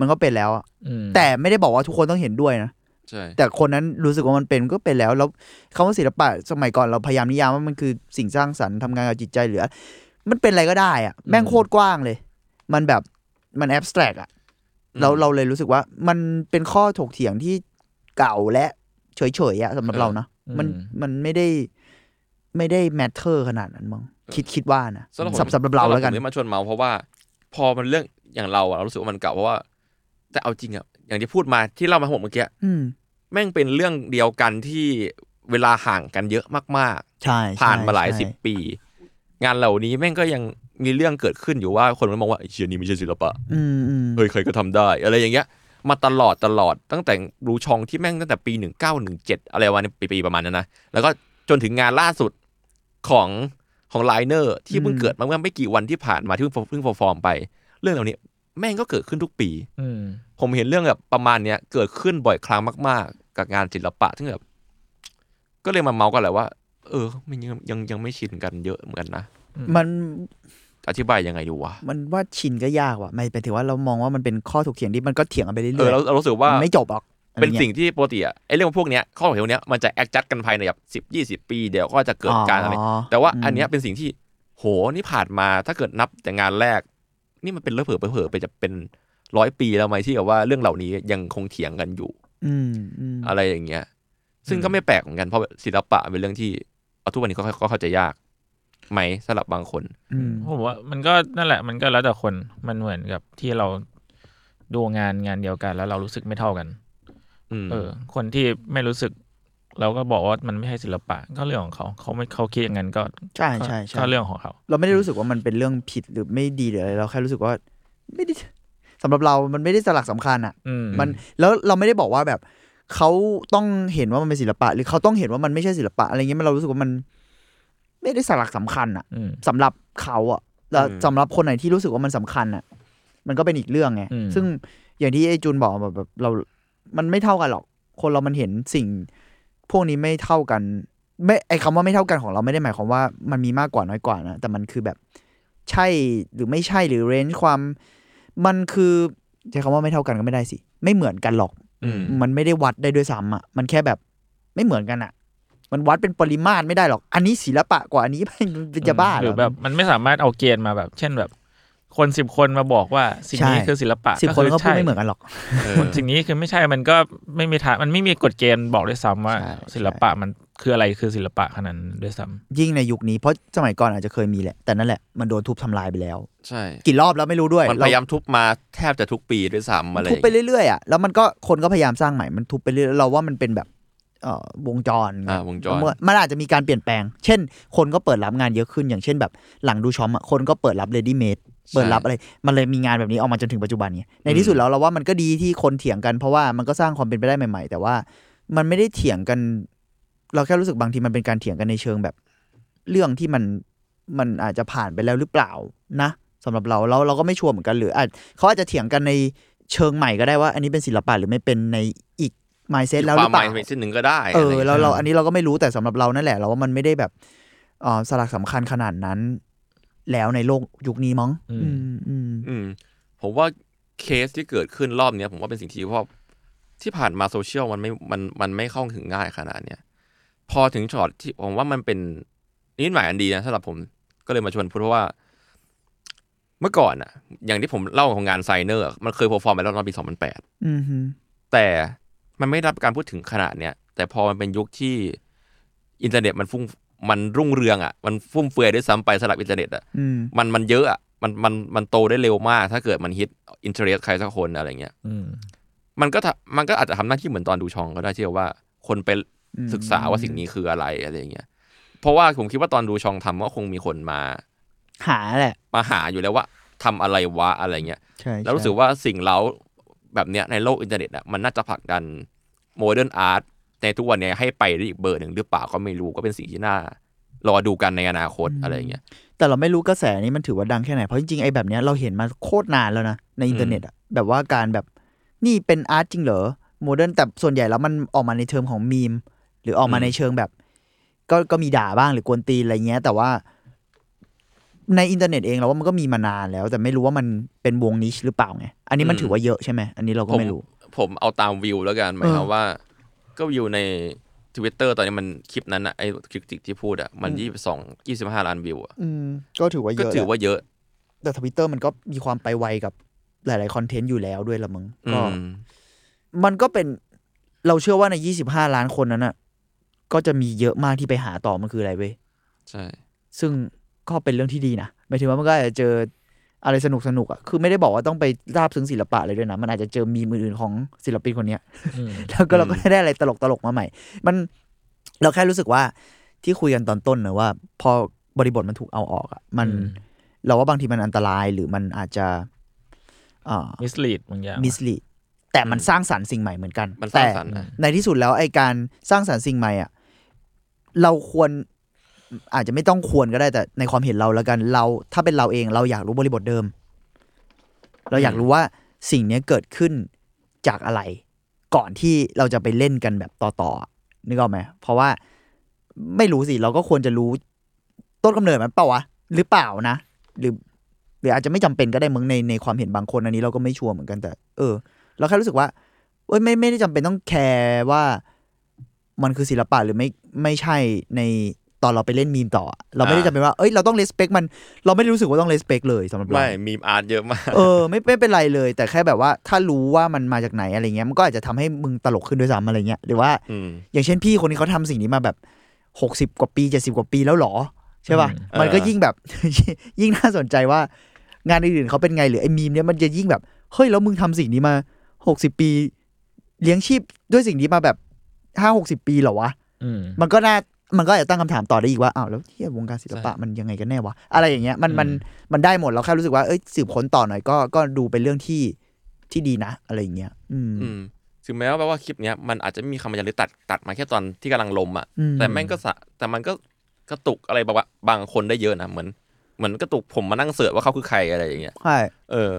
Speaker 4: มันก็เป็นแล้วอะ
Speaker 2: อืม
Speaker 4: แต่ไม่ได้บอกว่าทุกคนต้องเห็นด้วยนะ
Speaker 3: ใช่
Speaker 4: แต่คนนั้นรู้สึกว่ามันเป็นก็เป็นแล้ว แล้วคำว่าศิลปะสมัยก่อนเราพยายามนิยามว่ามันคือสิ่งสร้างสรรค์ทำงานกับจิตใจเหลือ มันเป็นอะไรก็ได้อะแม่งโคตรกว้างเลย มันแบบมันแอบสแตรกอะเรา
Speaker 3: อืม
Speaker 4: เราเลยรู้สึกว่ามันเป็นข้อถกเถียงที่เก่าและเฉยๆอะสำหรับ
Speaker 3: เออ
Speaker 4: เรานะ
Speaker 2: อื
Speaker 4: มันมันไม่ได้ไม่ได้แมทเทอร์ขนาดนั้นมั้งคิดคิดว่านะ
Speaker 3: สำหรับผม
Speaker 4: สำสำหรับเราแล้วกัน
Speaker 3: ผมที่มาชวนเมาส์เพราะว่า พอมันเรื่องอย่างเราอะเรารู้สึกว่ามันเก่าเพราะว่า แต่เอาจริงอะอย่างที่พูดมาที่เล่ามาทั้งหมดเมื่อกี้
Speaker 4: อืม
Speaker 3: แม่งเป็นเรื่องเดียวกันที่เวลาห่างกันเยอะมาก
Speaker 4: ใช่
Speaker 3: ๆ
Speaker 4: ใช่
Speaker 3: ผ่านมาหลาย
Speaker 4: ใช่
Speaker 3: สิบปี งานเหล่านี้แม่งก็ยังมีเรื่องเกิดขึ้นอยู่ว่าคนมันมองว่าไอ้เชียนี่ไม่ใช่ศิลปะ
Speaker 4: อืมอืม
Speaker 3: เฮ้ยใครก็ทำได้ อะไรอย่างเงี้ย มาตลอดตลอดตั้งแต่รูชองที่แม่งตั้งแต่ปี 1917 อะไรวะในปีปีประมาณนั้นนะ แล้วก็จนถึงงานล่าสุดของของไลเนอร์ที่เพิ่งเกิดมาเมื่อไม่กี่วันที่ผ่านมาที่เพิ่งเพิ่งฟอร์มไป เรื่องเหล่านี้แม่งก็เกิดขึ้นทุกปี
Speaker 2: อืม
Speaker 3: ผมเห็นเรื่องแบบประมาณเนี้ยเกิดขึ้นบ่อยครั้งมาก ๆ กับงานศิลปะที่แบบก็เลยมาเมาส์กันแหละว่า เออมันยังยังยังไม่ชินกันเยอะเหมือนกันนะ
Speaker 4: มัน
Speaker 3: อธิบายยังไงอยู่วะ
Speaker 4: มันว่าชินก็ยากว่ะไม่เป็นถือว่าเรามองว่ามันเป็นข้อถกเถียงที่มันก็เถียงกันไปเรื่
Speaker 3: เออ
Speaker 4: อย
Speaker 3: เราเรารู้สึก
Speaker 4: ๆ
Speaker 3: ว่า
Speaker 4: มันไม่จบหรอกอะไร
Speaker 3: เป็น
Speaker 4: งี้ย
Speaker 3: สิ่งที่ปกติอะไอเรื่องพวกเนี้ยข้อถกเถียงพวกเนี้ยมันจะแอคจัดกันภายในแบบสิบยี่สิบปีเดี๋ยวก็จะเกิดการอะไร แต่ว่าอันเนี้ยเป็นสิ่งที่โหนี่ผ่านมาถ้าเกิดนับแต่งานแรก นี่มันเป็นเลือเผลอเผลอไปจะเป็นร้อยปีแล้วไหมที่แบบว่าเรื่องเหล่านี้ยังคงเถียงกันอยู่
Speaker 4: อืมอืม
Speaker 3: อะไรอย่างเงี้ย ซึ่งก็ไม่แปลกเหมือนกันเพราะศิลปะเป็นเรื่องที่เอาทุกวันนี้ก็ก็เข้าใจยากไหมสำหรับบางคน
Speaker 4: อืม
Speaker 2: ผมว่ามันก็นั่นแหละ มันก็แล้วแต่คนมันเหมือนกับที่เราดูงานงานเดียวกัน แล้วเรารู้สึกไม่เท่ากัน
Speaker 3: อืม
Speaker 2: เออ คนที่ไม่รู้สึก เราก็บอกว่ามันไม่ใช่ศิลปะก็เรื่องของเขาเขาไม่เขาคิดอย่างนั้นก็
Speaker 4: ใช่ใช่ใช่
Speaker 2: ก็เรื่องของเขา
Speaker 4: เราไม่ได้รู้สึกว่ามันเป็นเรื่องผิดหรือไม่ดีหรืออะไรเราแค่รู้สึกว่า ไม่ได้สำหรับเรามันไม่ได้สลักสำคัญอ่ะ
Speaker 2: อืม
Speaker 4: มันแล้วเราไม่ได้บอกว่าแบบเขาต้องเห็นว่ามันเป็นศิลปะ หรือเขาต้องเห็นว่ามันไม่ใช่ศิลปะอะไรเงี้ยมันเรารู้สึกว่ามัน ไม่ได้สลักสำคัญอ่ะ
Speaker 2: อืม
Speaker 4: สำหรับเขาอะแล้วสำหรับคนไหนที่รู้สึกว่ามันสำคัญอะมันก็เป็นอีกเรื่องไง
Speaker 2: อืม
Speaker 4: ซึ่งอย่างที่ไอจูนบอกแบบแบบเรา มันไม่เท่ากันหรอก คนเรามันเห็นสิ่ง พวกนี้ไม่เท่ากัน ไม่ไอคำว่าไม่เท่ากันของเราไม่ได้หมายความว่ามันมีมากกว่าน้อยกว่านะ แต่มันคือแบบใช่หรือไม่ใช่หรือเรนจ์ความ มันคือใช้คำว่าไม่เท่ากันก็ไม่ได้สิ ไม่เหมือนกันหรอก
Speaker 3: อืม
Speaker 4: มันไม่ได้วัดได้ด้วยซ้ำอ่ะ มันแค่แบบไม่เหมือนกันอ่ะ มันวัดเป็นปริมาตรไม่ได้หรอก อันนี้ศิลปะกว่าอันนี้ *laughs* มันจะบ้า
Speaker 2: ห
Speaker 4: เร
Speaker 2: รือแบบมันไม่สามารถเอาเกณฑ์มาแบบ เช่นแบบ คนสิบคนมาบอกว่าสิ่งนี้
Speaker 4: ใช่
Speaker 2: คือศิลปะ
Speaker 4: สิบคนก็พูด
Speaker 2: ใช่
Speaker 4: ไม่เหมือนกันหรอก
Speaker 3: เออ
Speaker 2: สิ่งนี้คือไม่ใช่มันก็ไม่มีทางมันไม่มีกฎเกณฑ์บอกด้วยซ้ำว่า
Speaker 4: ใช่
Speaker 2: ศิลปะมันคืออะไรคือศิลปะขนาดนั้นด้วยซ้
Speaker 4: ยิ่งในยุคนี้เพราะสมัยก่อนอาจจะเคยมีแหละ แต่นั่นแหละมันโดนทุบทำลายไปแล้ว
Speaker 3: ใช่
Speaker 4: กี่รอบแล้วไม่รู้ด้วย
Speaker 3: มันพยายามทุบมาแทบจะทุกปีด้วยซ้ำอะไรอ
Speaker 4: ทุบ
Speaker 3: ย่าง
Speaker 4: ไป
Speaker 3: เงี้ย
Speaker 4: เรื่อยๆอ่ะแล้วมันก็คนก็พยายามสร้างใหม่มันทุบไปเรื่อยเราว่ามันเป็นแบบเอ่อวงจรไง
Speaker 3: อ่าวงจร
Speaker 4: เมื่อมันอาจจะมีการเปลี่ยนแปลง เช่น คนก็เปิดรับงานเยอะขึ้น อย่างเช่นแบบหลังดูช็อมอะคนก็เปิดรับเลดี้เมด เปิดรับอะไร มันเลยมีงานแบบนี้ออกมาจนถึงปัจจุบันไงในที่สุดแล้วเราว่ามันก็ดีที่คนเถียงกันเพราะว่ามันก็สร้างความเป็นไปได้ใหม่ ๆ แต่ว่ามันไม่ได้เถียงกัน เราแค่รู้สึกบางทีมันเป็นการเถียงกันในเชิงแบบ เรื่องที่มันมันอาจจะผ่านไปแล้วหรือเปล่านะสำหรับเราเราเราก็ไม่ชัวร์เหมือนกันหรืออาจเขาอาจจะเถียงกันในเชิงใหม่ก็ได้ว่า อันนี้เป็นศิลปะหรือไม่เป็นในอีกมายเซตแล้วหรือเปล่า
Speaker 3: ความหมายเส้นหนึ่งก็ได้
Speaker 4: เอ
Speaker 3: อะไรอ
Speaker 4: อ
Speaker 3: ย่าง
Speaker 4: เรา
Speaker 3: เงี้ย
Speaker 4: เราอันนี้เราก็ไม่รู้แต่สำหรับเรานั่นแหละ เราว่ามันไม่ได้แบบเออสลักสำคัญขนาดนั้น แล้วในโลกยุคนี้มั้งอืมอืม
Speaker 3: อืมผมว่าเคสที่เกิดขึ้นรอบเนี้ยผมว่าเป็นสิ่งที่เพราะที่ผ่านมาโซเชียลมันไม่มันมันไม่เข้าถึงง่ายขนาดเนี้ยพอถึงช็อตที่ผมว่ามันเป็นนิสัยอันดีนะสำหรับผมก็เลยมาชวนพูดเพราะว่า เมื่อก่อนอะอย่างที่ผมเล่าของงานไซเนอร์อะมันเคยพอฟอร์มไปแล้วตอนปีสองพันแปด
Speaker 4: อืมฮึ
Speaker 3: แต่มันไม่ได้รับการพูดถึงขนาดเนี้ยแต่พอมันเป็นยุคที่อินเทอร์เน็ตมันฟุ้งมันรุ่งเรืองอะมันฟุ่มเฟือยด้วยซ้ำไปสำหรับอินเทอร์เน็ตอะ
Speaker 4: อืม
Speaker 3: มันมันเยอะอ่ะ มันมันมันโตได้เร็วมาก ถ้าเกิดมันฮิตอินเทอร์เน็ตใครสักคนอะไรเงี้ย
Speaker 2: ำอืม
Speaker 3: มันก็ทำมันก็อาจจะทำหน้าที่เหมือนตอนดูชองก็ได้ที่แบบว่า คนไป
Speaker 4: อืม
Speaker 3: ศึกษาว่าสิ่งนี้คืออะไรอะไรเงี้ย เพราะว่าผมคิดว่าตอนดูชองทำก็คงมีคนมา
Speaker 4: หาแหละ
Speaker 3: มาหาอยู่แล้วว่าทำอะไรวะอะไรเงี้ย
Speaker 4: ใช่
Speaker 3: แล้วรู้สึกว่าสิ่งเล้าแบบเนี้ยในโลกอินเทอร์เน็ตอ่ะมันน่าจะผลักดันโมเดิร์นอาร์ตในทุกวันเนี้ยให้ไปได้อีกเบอร์หนึ่งหรือเปล่าก็ไม่รู้ก็เป็นสิ่งที่น่ารอดูกันในอนาคตอะไรเงี้ย
Speaker 4: แต่เราไม่รู้กระแสนี้มันถือว่าดังแค่ไหน เพราะจริงๆไอ้แบบเนี้ยเราเห็นมาโคตรนานแล้วนะในอินเทอร์เน็ตอะแบบว่าการแบบนี่เป็นอาร์ตจริงเหรอโมเดิร์นแต่ส่วนใหญ่แล้วมันออกมาในเทอมของมีม หรือออกมา
Speaker 3: อืม
Speaker 4: ในเชิงแบบ ก็ก็มีด่าบ้างหรือกวนตีนอะไรเงี้ย แต่ว่า ในอินเทอร์เน็ตเองเราว่ามันก็มีมานานแล้ว แต่ไม่รู้ว่ามันเป็นวงนิชหรือเปล่าไงอันนี้มัน
Speaker 3: อืม
Speaker 4: ถือว่าเยอะใช่ไหมอันนี้เราก็
Speaker 3: ผม
Speaker 4: ไม่รู้
Speaker 3: ผมเอาตามวิวแล้วกันหมายความว่า ก็วิวใน Twitter ตอนนี้มันคลิปนั้นอะไอ้คลิปที่พูดอะมัน
Speaker 4: อืม
Speaker 3: ยี่สิบสองยี่สิบห้าล้านวิวอะ
Speaker 4: อืมก็ถือว่าเย
Speaker 3: ก็
Speaker 4: อะ
Speaker 3: ถือ
Speaker 4: แหละ
Speaker 3: ว่าเยอะ
Speaker 4: แต่ทวิตเตอร์มันก็มีความไปไวกับหลาย ๆ คอนเทนต์อยู่แล้วด้วยละมึง
Speaker 3: อื
Speaker 4: ก็
Speaker 3: ม
Speaker 4: มันก็เป็นเราเชื่อว่าใน 25 ล้านคนนั้นน่ะ ก็จะมีเยอะมากที่ไปหาต่อมันคืออะไรเว้ย
Speaker 3: ใช่
Speaker 4: ซึ่งก็เป็นเรื่องที่ดีนะหมายถึงว่ามันก็อาจจะเจออะไรสนุกสนุกๆอ่ะคือไม่ได้บอกว่าต้องไปราบซึ้งศิลปะเลยด้วยนะมันอาจจะเจอมีมอื่น ๆ ของศิลปินคนเนี้ย *laughs*
Speaker 2: อืม
Speaker 4: แล้วก็เราก็ได้อะไรตลกตลกๆมาใหม่ มันเราแค่รู้สึกว่าที่คุยกันตอนต้นเนอะว่า พอบริบทมันถูกเอาออกอะมัน
Speaker 2: อื
Speaker 4: เราว่าบางทีมันอันตรายหรือมันอาจจะเอ่อ
Speaker 2: มิสลีดบางอย่าง
Speaker 4: มิสลีแต่มัน
Speaker 3: อืม
Speaker 4: สร้างสรรค์สิ่งใหม่เหมือนกัน
Speaker 3: มันสร้า
Speaker 4: แต่
Speaker 3: งสรรค์นะ
Speaker 4: ในที่สุดแล้วไอการสร้างสรรค์สิ่งใหม่อ่ะเราควรอาจจะไม่ต้องควรก็ได้แต่ในความเห็นเราแล้วกันเรา ถ้าเป็นเราเองเราอยากรู้บริบทเดิม เราอยากรู้ว่าสิ่งเนี้ยเกิดขึ้นจากอะไร ก่อนที่เราจะไปเล่นกันแบบต่อๆอะนึกออกไหมเพราะว่าไม่รู้สิเราก็ควรจะรู้ต้นกำเนิดมันเปล่าวะหรือเปล่านะ หรือหรืออาจจะไม่จำเป็นก็ได้มึงในในความเห็นบางคนอันนี้เราก็ไม่ชัวร์เหมือนกันแต่ เออ เราแค่รู้สึกว่าเอ้ยไม่ไม่ได้จำเป็นต้องแคร์ว่ามันคือศิลปะหรือไม่ไม่ใช่ในตอนเราไปเล่นมีมต่ออะเราไม่ได้จำเป็นว่าเอ้ยเราต้องเลสเปคมันเราไม่ได้รู้สึกว่าต้องเลสเปคเลยสำหรับเรา
Speaker 3: ไม่มีมอาร์ตเยอะมาก
Speaker 4: เออไม่ไม่เป็นไรเลย แต่แค่แบบว่าถ้ารู้ว่ามันมาจากไหนอะไรเงี้ยมันก็อาจจะทำให้มึงตลกขึ้นด้วยซ้ำอะไรเงี้ยหรือว่า
Speaker 3: อืม
Speaker 4: อย่างเช่นพี่คนนี้เขาทำสิ่งนี้มาแบบหกสิบกว่าปีเจ็ดสิบกว่าปีแล้วเหรอ ใช่ป่ะ
Speaker 3: อืม
Speaker 4: มันก็
Speaker 3: เออ
Speaker 4: ยิ่งแบบ *laughs* ยิ่งน่าสนใจว่างานอื่นๆเขาเป็นไงหรือไอ้มีมเนี้ยมันจะยิ่งแบบเฮ้ยแล้วมึงทำสิ่งนี้มาหกสิบปี เลี้ยงชีพด้วยสิ่งนี้มาแบบห้าหกสิบปีเหรอวะ
Speaker 2: อืม
Speaker 4: มันก็น่า มันก็อาจจะตั้งคำถามต่อได้อีกว่า อ้าว แล้วที่วงการศิลปะมันยังไงกันแน่วะ อะไรอย่างเงี้ย มัน มัน
Speaker 2: อืม
Speaker 4: มันได้หมด เราแค่รู้สึกว่า เอ้ย สืบค้นต่อหน่อย ก็ ก็ดูเป็นเรื่องที่ ที่ดีนะ อะไรอย่างเงี้ย อืม
Speaker 3: อืมถึงแม้ว่าแปลว่าคลิปเนี้ยมันอาจจะไม่มีคำบรรยายหรือตัดตัดมาแค่ตอนที่กำลังลมอ่ะ
Speaker 4: อืม
Speaker 3: แต่แม่งก็สะแต่มันก็กระตุกอะไรบางบางคนได้เยอะนะเหมือนเหมือนกระตุกผมมานั่งเสิร์ชว่าเขาคือใครอะไรอย่างเงี้ย
Speaker 4: ใช่
Speaker 3: เออ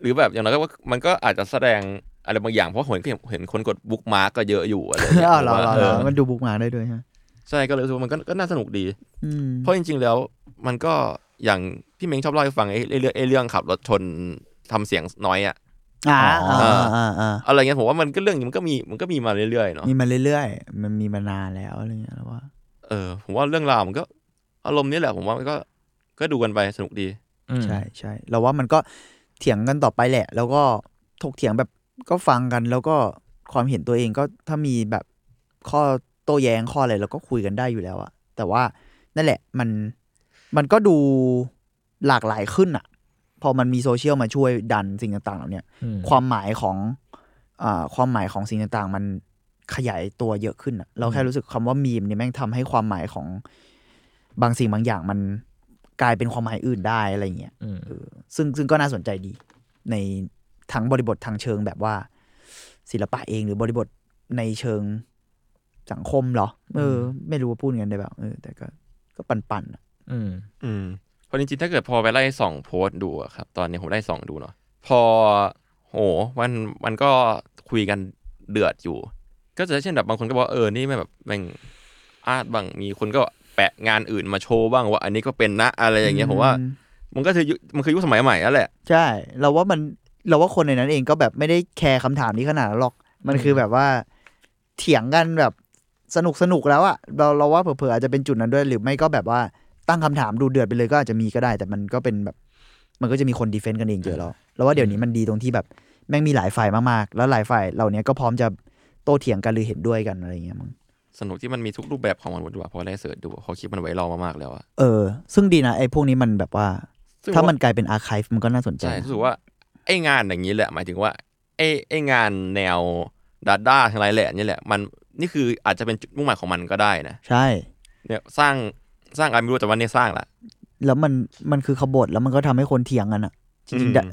Speaker 3: หรือแบบอย่างน้อยก็ว่ามันก็อาจจะแสดงอะไรบางอย่างเพราะเห็นเห็นคนกดบุ๊กมาร์กก็เยอะอยู่อะไรอย่างเงี้ย
Speaker 4: *laughs* อ้าวเหรอเหรอ
Speaker 3: เอ
Speaker 4: เหร
Speaker 3: อ
Speaker 4: อมันดูบุกมาได้ด้วยฮะ
Speaker 3: ใช่ก็เลยรู้สึกว่ามันก็ก็น่าสนุกดี
Speaker 4: อืม
Speaker 3: เพราะจริง ๆ แล้วมันก็อย่างพี่เม้งชอบเล่าให้ฟังไอ้ไอ้เรื่องไอ้เรื่องขับรถชนทำเสียงน้อยอ่ะ
Speaker 4: อ่า
Speaker 2: อ๋อ
Speaker 4: อ่าอ่าอ่า
Speaker 3: อะไรเงี้ยผมว่ามันก็เรื่องนี้มันก็มีมันก็มีมาเรื่อยๆเนาะ
Speaker 4: มีมาเรื่อยๆ มันมีมานานแล้วอะไรเงี้ยแล้วว่า
Speaker 3: เออผมว่าเรื่องราวมันก็อารมณ์นี้แหละผมว่ามันก็ก็ดูกันไปสนุกดี
Speaker 2: อืม
Speaker 4: ใช่ใช่เราว่ามันก็เถียงกันต่อไปแหละ แล้วก็ถกเถียงแบบก็ฟังกัน แล้วก็ความเห็นตัวเองก็ถ้ามีแบบข้อโต้แย้งข้ออะไรเราก็คุยกันได้อยู่แล้วอะแต่ว่านั่นแหละมันมันก็ดูหลากหลายขึ้นอะพอมันมีโซเชียลมาช่วยดันสิ่งต่างๆเหล่าเนี้ย
Speaker 2: อืม
Speaker 4: ความหมายของอาความหมายของสิ่งต่างๆ มันขยายตัวเยอะขึ้นอะเราแค่รู้สึกคำว่ามีมเนี่ยแม่งทำให้ความหมายของบางสิ่งบางอย่างมันกลายเป็นความหมายอื่นได้อะไรอย่างเงี้ย
Speaker 2: อืม
Speaker 4: ซึ่งซึ่งก็น่าสนใจดี ในทั้งบริบททางเชิงแบบว่า ศิลปะเองหรือบริบทในเชิงสังคมเหรอ เออ ไม่รู้ว่าพูดกันได้แบบเออ แต่ก็ก็ปันๆอะ
Speaker 2: อืม
Speaker 3: อืมเพราะจริงๆถ้าเกิดพอไปไล่ส่องโพสต์ดูอะครับ ตอนนี้ผมไล่ส่องดูเนาะพอโหมันมันก็คุยกันเดือดอยู่ ก็จะเช่นแบบบางคนก็บอกว่าเออนี่ไม่แบบแม่งอาดบางมีคนก็แปะงานอื่นมาโชว์บ้างว่า อันนี้ก็เป็นนะอะไรอย่างเงี้ยผมว่า
Speaker 4: อื
Speaker 3: มันก็คือยุคมันคือยุคสมัยใหม่แล้วแหละ
Speaker 4: ใช่ เราว่ามันเราว่าคนในนั้นเองก็แบบไม่ได้แคร์คำถามนี้ขนาดนั้นหรอก มันคือแบบว่า เถียงกันแบบสนุกสนุกๆแล้วอะเราเราว่าเผลอๆอาจจะเป็นจุดนั้นด้วย หรือไม่ก็แบบว่าตั้งคำถามดูเดือดไปเลยก็อาจจะมีก็ได้ แต่มันก็เป็นแบบ มันก็จะมีคนดีเฟนต์กันเองเยอะแล้วเราว่าเดี๋ยวนี้มันดีตรงที่แบบแม่งมีหลายฝ่ายมากๆ แล้วหลายฝ่ายเหล่านี้ก็พร้อมจะโต้เถียงกันหรือเห็นด้วยกันอะไรอย่างเงี้ยมึง
Speaker 3: สนุกที่มันมีทุกรูปแบบของมันหมดดีกว่าพอไล่เสิร์ชดูพอคลิปมันไวรัลมากๆแล้วอะ
Speaker 4: เออ ซึ่งดีนะไอ้พวกนี้มันแบบว่า
Speaker 3: ซึ่ง
Speaker 4: ถ้า
Speaker 3: ว่
Speaker 4: มันกลายเป็นอาร์คีฟมันก็น่าสนใจ
Speaker 3: ใช่รู้สึกว่าไอ้งานอย่างนี้แหละ หมายถึงว่าไอ้ไอ้งานแนวดัดด้าทั้งหลายแหล่นี่แหละ มันนี่คืออาจจะเป็นจุดมุ่งหมายของมันก็ได้นะ
Speaker 4: ใช่
Speaker 3: เนี่ยสร้างสร้างอะไรไม่รู้แต่ว่าเนี่ยสร้างละ
Speaker 4: แล้วมันมันคือขบฏแล้วมันก็ทำให้คนเถียงกันอะจริง
Speaker 3: อืม
Speaker 4: ๆดะ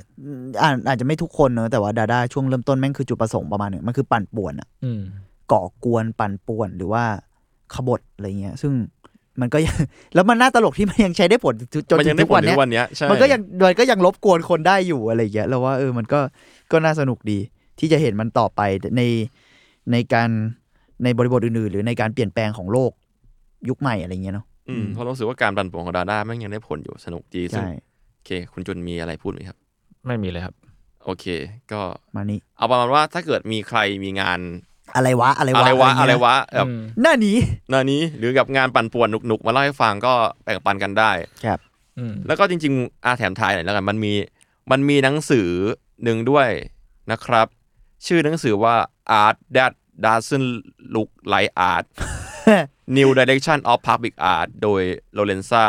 Speaker 4: อ่าอาจจะไม่ทุกคนเนอะแต่ว่าดาด้าช่วงเริ่มต้นแม่งคือจุดประสงค์ประมาณหนึงมันคือปั่นป่วนอะ
Speaker 2: อืม
Speaker 4: ก่อกวนปั่นป่วนหรือว่าขบฏอะไรเงี้ย ซึ่งมันก็ *laughs* ยัง แล้วมันน่าตลกที่มันยังใช้ได้ผลจนจน
Speaker 3: มัยั
Speaker 4: ถึง
Speaker 3: ได้
Speaker 4: ทุก
Speaker 3: ผล
Speaker 4: วัน
Speaker 3: ถึ
Speaker 4: เนี้ย
Speaker 3: งวันเนี้ยใช่
Speaker 4: มันก็ยังมันก็ยังรบกวนคนได้อยู่อะไรเงี้ยเราว่าเออมันก็ก็น่าสนุกดี ที่จะเห็นมันต่อไปในในการในบริบทอื่นๆ หรือในการเปลี่ยนแปลงของโลกยุคใหม่อะไรเงี้ยเนาะ
Speaker 3: อืมเพราะรู้สึกว่าการปั่นป่วนของดาด้าแม่งยังได้ผลอยู่สนุกดีซึ่ง
Speaker 4: ใช่
Speaker 3: โอเค คุณจุนมีอะไรพูดไหมครับ
Speaker 2: ไม่มีเลยครับ
Speaker 3: โอเค ก็
Speaker 4: มานี้
Speaker 3: เอาประมาณว่าถ้าเกิดมีใครมีงาน
Speaker 4: อะไรวะอะไรวะ
Speaker 3: อะไรวะ
Speaker 4: เงี้ย
Speaker 3: อะไรวะแบบ
Speaker 2: อืม
Speaker 4: หน้านี้
Speaker 3: หนานี้หรือกับงานปั่นป่วนหนุกๆมาเล่าให้ฟังก็แบ่งปันกันได้
Speaker 2: อืม
Speaker 3: แล้วก็จริงๆอาแถมทายหน่อยแล้วกันมันมีมันมีหนังสือหนึ่งด้วยนะครับ ชื่อหนังสือว่า Art That Doesn't Look Like Art New Direction of Public Art โดยโลเรนซ่า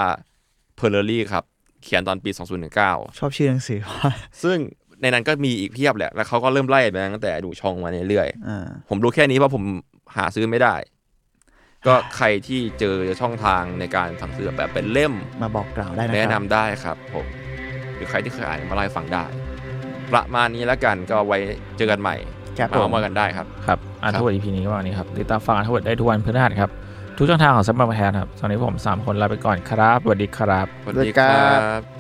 Speaker 3: เพอร์เรลี่ครับ เขียนตอนปี 2019
Speaker 4: ชอบชื่อหนังสือ *laughs* ว่า
Speaker 3: ซึ่งในนั้นก็มีอีกเพียบแหละ แล้วเขาก็เริ่มไล่ไปตั้งแต่ดูช่องมาเรื่อยๆ
Speaker 4: อ่า
Speaker 3: ผมรู้แค่นี้ว่าผมหาซื้อไม่ได้ ก็ใครที่เจอช่องทางในการสั่งซื้อแบบเป็นเล่ม
Speaker 4: มาบอกกล่าวได้นะ
Speaker 3: แนะครับ นำได้ครับผมหรือใครที่เคยอ่านมาเล่าให้ฟังได้ ประมาณนี้แล้วกันก็ไว้เจอกันใหม่
Speaker 4: ครับ
Speaker 3: มา
Speaker 4: ผ
Speaker 3: เอา
Speaker 4: ม
Speaker 3: มากันได้ครับ
Speaker 2: ครับอาร์ทเวิร์ด EP นี้ก็วันนี้ครับติดตามฟังอาร์ทเวิร์ดได้ทุกวันพฤหัสครับ ทุกช่องทางของซัมเมอร์แพนครับตอนนี้ผมสามคนลาไปก่อนครับสวัสดีครับ
Speaker 3: สวัสดีครับ